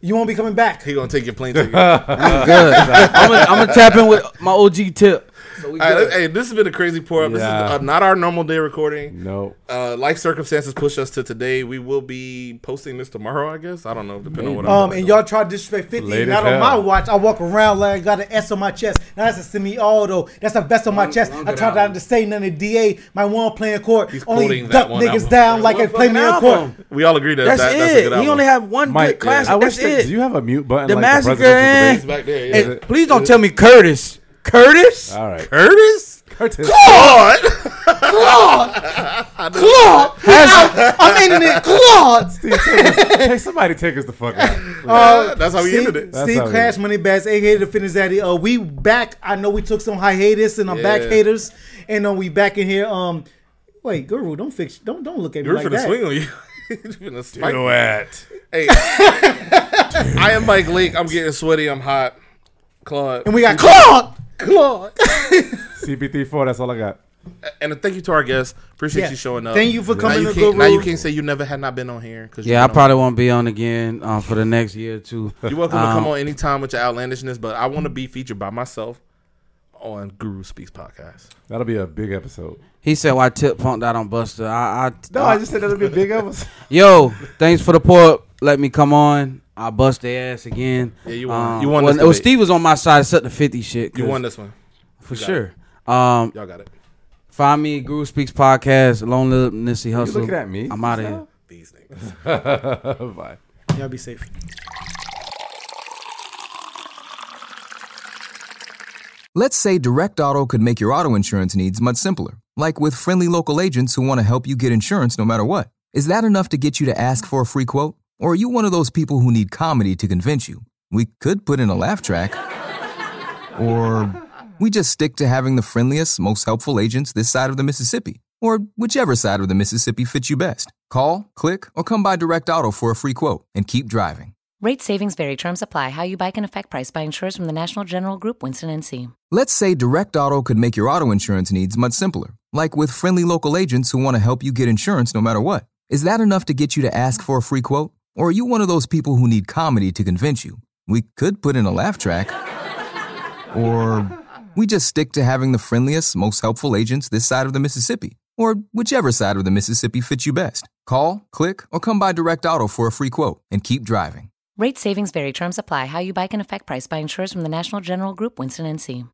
You won't be coming back.
He gonna take your plane ticket.
I'm gonna, I'm gonna tap in with my OG tip. So So we
All right,
good.
hey, this has been a crazy pour up. This is
Yeah.
uh, not our normal day recording.
No.
Uh, life circumstances push us to today. We will be posting this tomorrow, I guess. I don't know, depending on what I'm
Um,
doing.
and y'all try to disrespect 50.
Late
not
as
on my
hell.
watch. I walk around like I got an S on my chest. Now that's a semi auto. That's a vest on my chest.
long
I
good
tried not
album.
to say nothing to DA. My one playing court.
He's
only
quoting that
duck
one
niggas
album.
down like
One
I play me a
fucking
court.
album.
we all agree that
That's
that,
it.
that's a good album.
he only have one
Mike,
good classic.
I wish
That's
that-
it.
Do you have a mute button?
the
like
massacre.
presidential debate?
and-
He's back there, yeah.
and
Is it-
please don't tell me Curtis. Curtis.
All right.
Curtis.
Curtis.
God.
Uh, Claude! I'm- I'm ending it. Claude!
Steve, take us- take somebody take us the fuck out.
Yeah, that's how we
Steve,
ended it.
That's
Steve
how we
Crash,
did
Money Bags, aka the Fitness Daddy. Uh, we back. I know we took some hiatus and I'm back
Yeah.
haters, and uh, we back in here. Um, wait, Guru, don't fix. Don't don't look at me
You're
like
finna
that.
swing on you. You're finna spike me.
it.
Hey, I am Mike Lake. I'm getting sweaty. I'm hot. Claude.
And we got Claude.
Claude.
CP34. That's all I got.
And a thank you to our guests. Appreciate
Yeah.
you showing up.
Thank you for coming
Now you,
to
can't, now you
Guru.
can't say you never had not been on here. 'cause you've
Yeah, I
been on.
probably won't be on again um, for the next year or two.
You're welcome
um,
to come on anytime with your outlandishness, but I want to be featured by myself on Guru Speaks podcast.
That'll be a big episode.
He said, "Why Tip punked out on Buster?" I, I,
No, I just said that'll be a big episode.
yo, thanks for the port. Let me come on. I bust their ass again. Yeah,
you won. You won
Well,
this
well,
debate.
Steve was on my side, set the fifty shit.
You
'cause-
won this one.
for sure. Um,
Y'all got it.
find me Guru Speaks podcast. Lone Live Nissy Hustle.
looking at me
I'm out of here.
These niggas.
Bye.
Y'all be safe.
Let's say Direct Auto could make your auto insurance needs much simpler, like with friendly local agents who want to help you get insurance no matter what. Is that enough to get you to ask for a free quote? Or are you one of those people who need comedy to convince you? We could put in a laugh track. Or we just stick to having the friendliest, most helpful agents this side of the Mississippi, or whichever side of the Mississippi fits you best. Call, click, or come by Direct Auto for a free quote and keep driving.
Rate savings vary. Terms apply. How you buy can affect price by insurers from the National General Group, Winston and NC.
Let's say Direct Auto could make your auto insurance needs much simpler, like with friendly local agents who want to help you get insurance no matter what. Is that enough to get you to ask for a free quote? Or are you one of those people who need comedy to convince you? We could put in a laugh track. Or we just stick to having the friendliest, most helpful agents this side of the Mississippi, or whichever side of the Mississippi fits you best. Call, click, or come by Direct Auto for a free quote and keep driving.
Rate savings vary. Terms apply. How you buy can affect price by insurers from the National General Group, Winston and NC.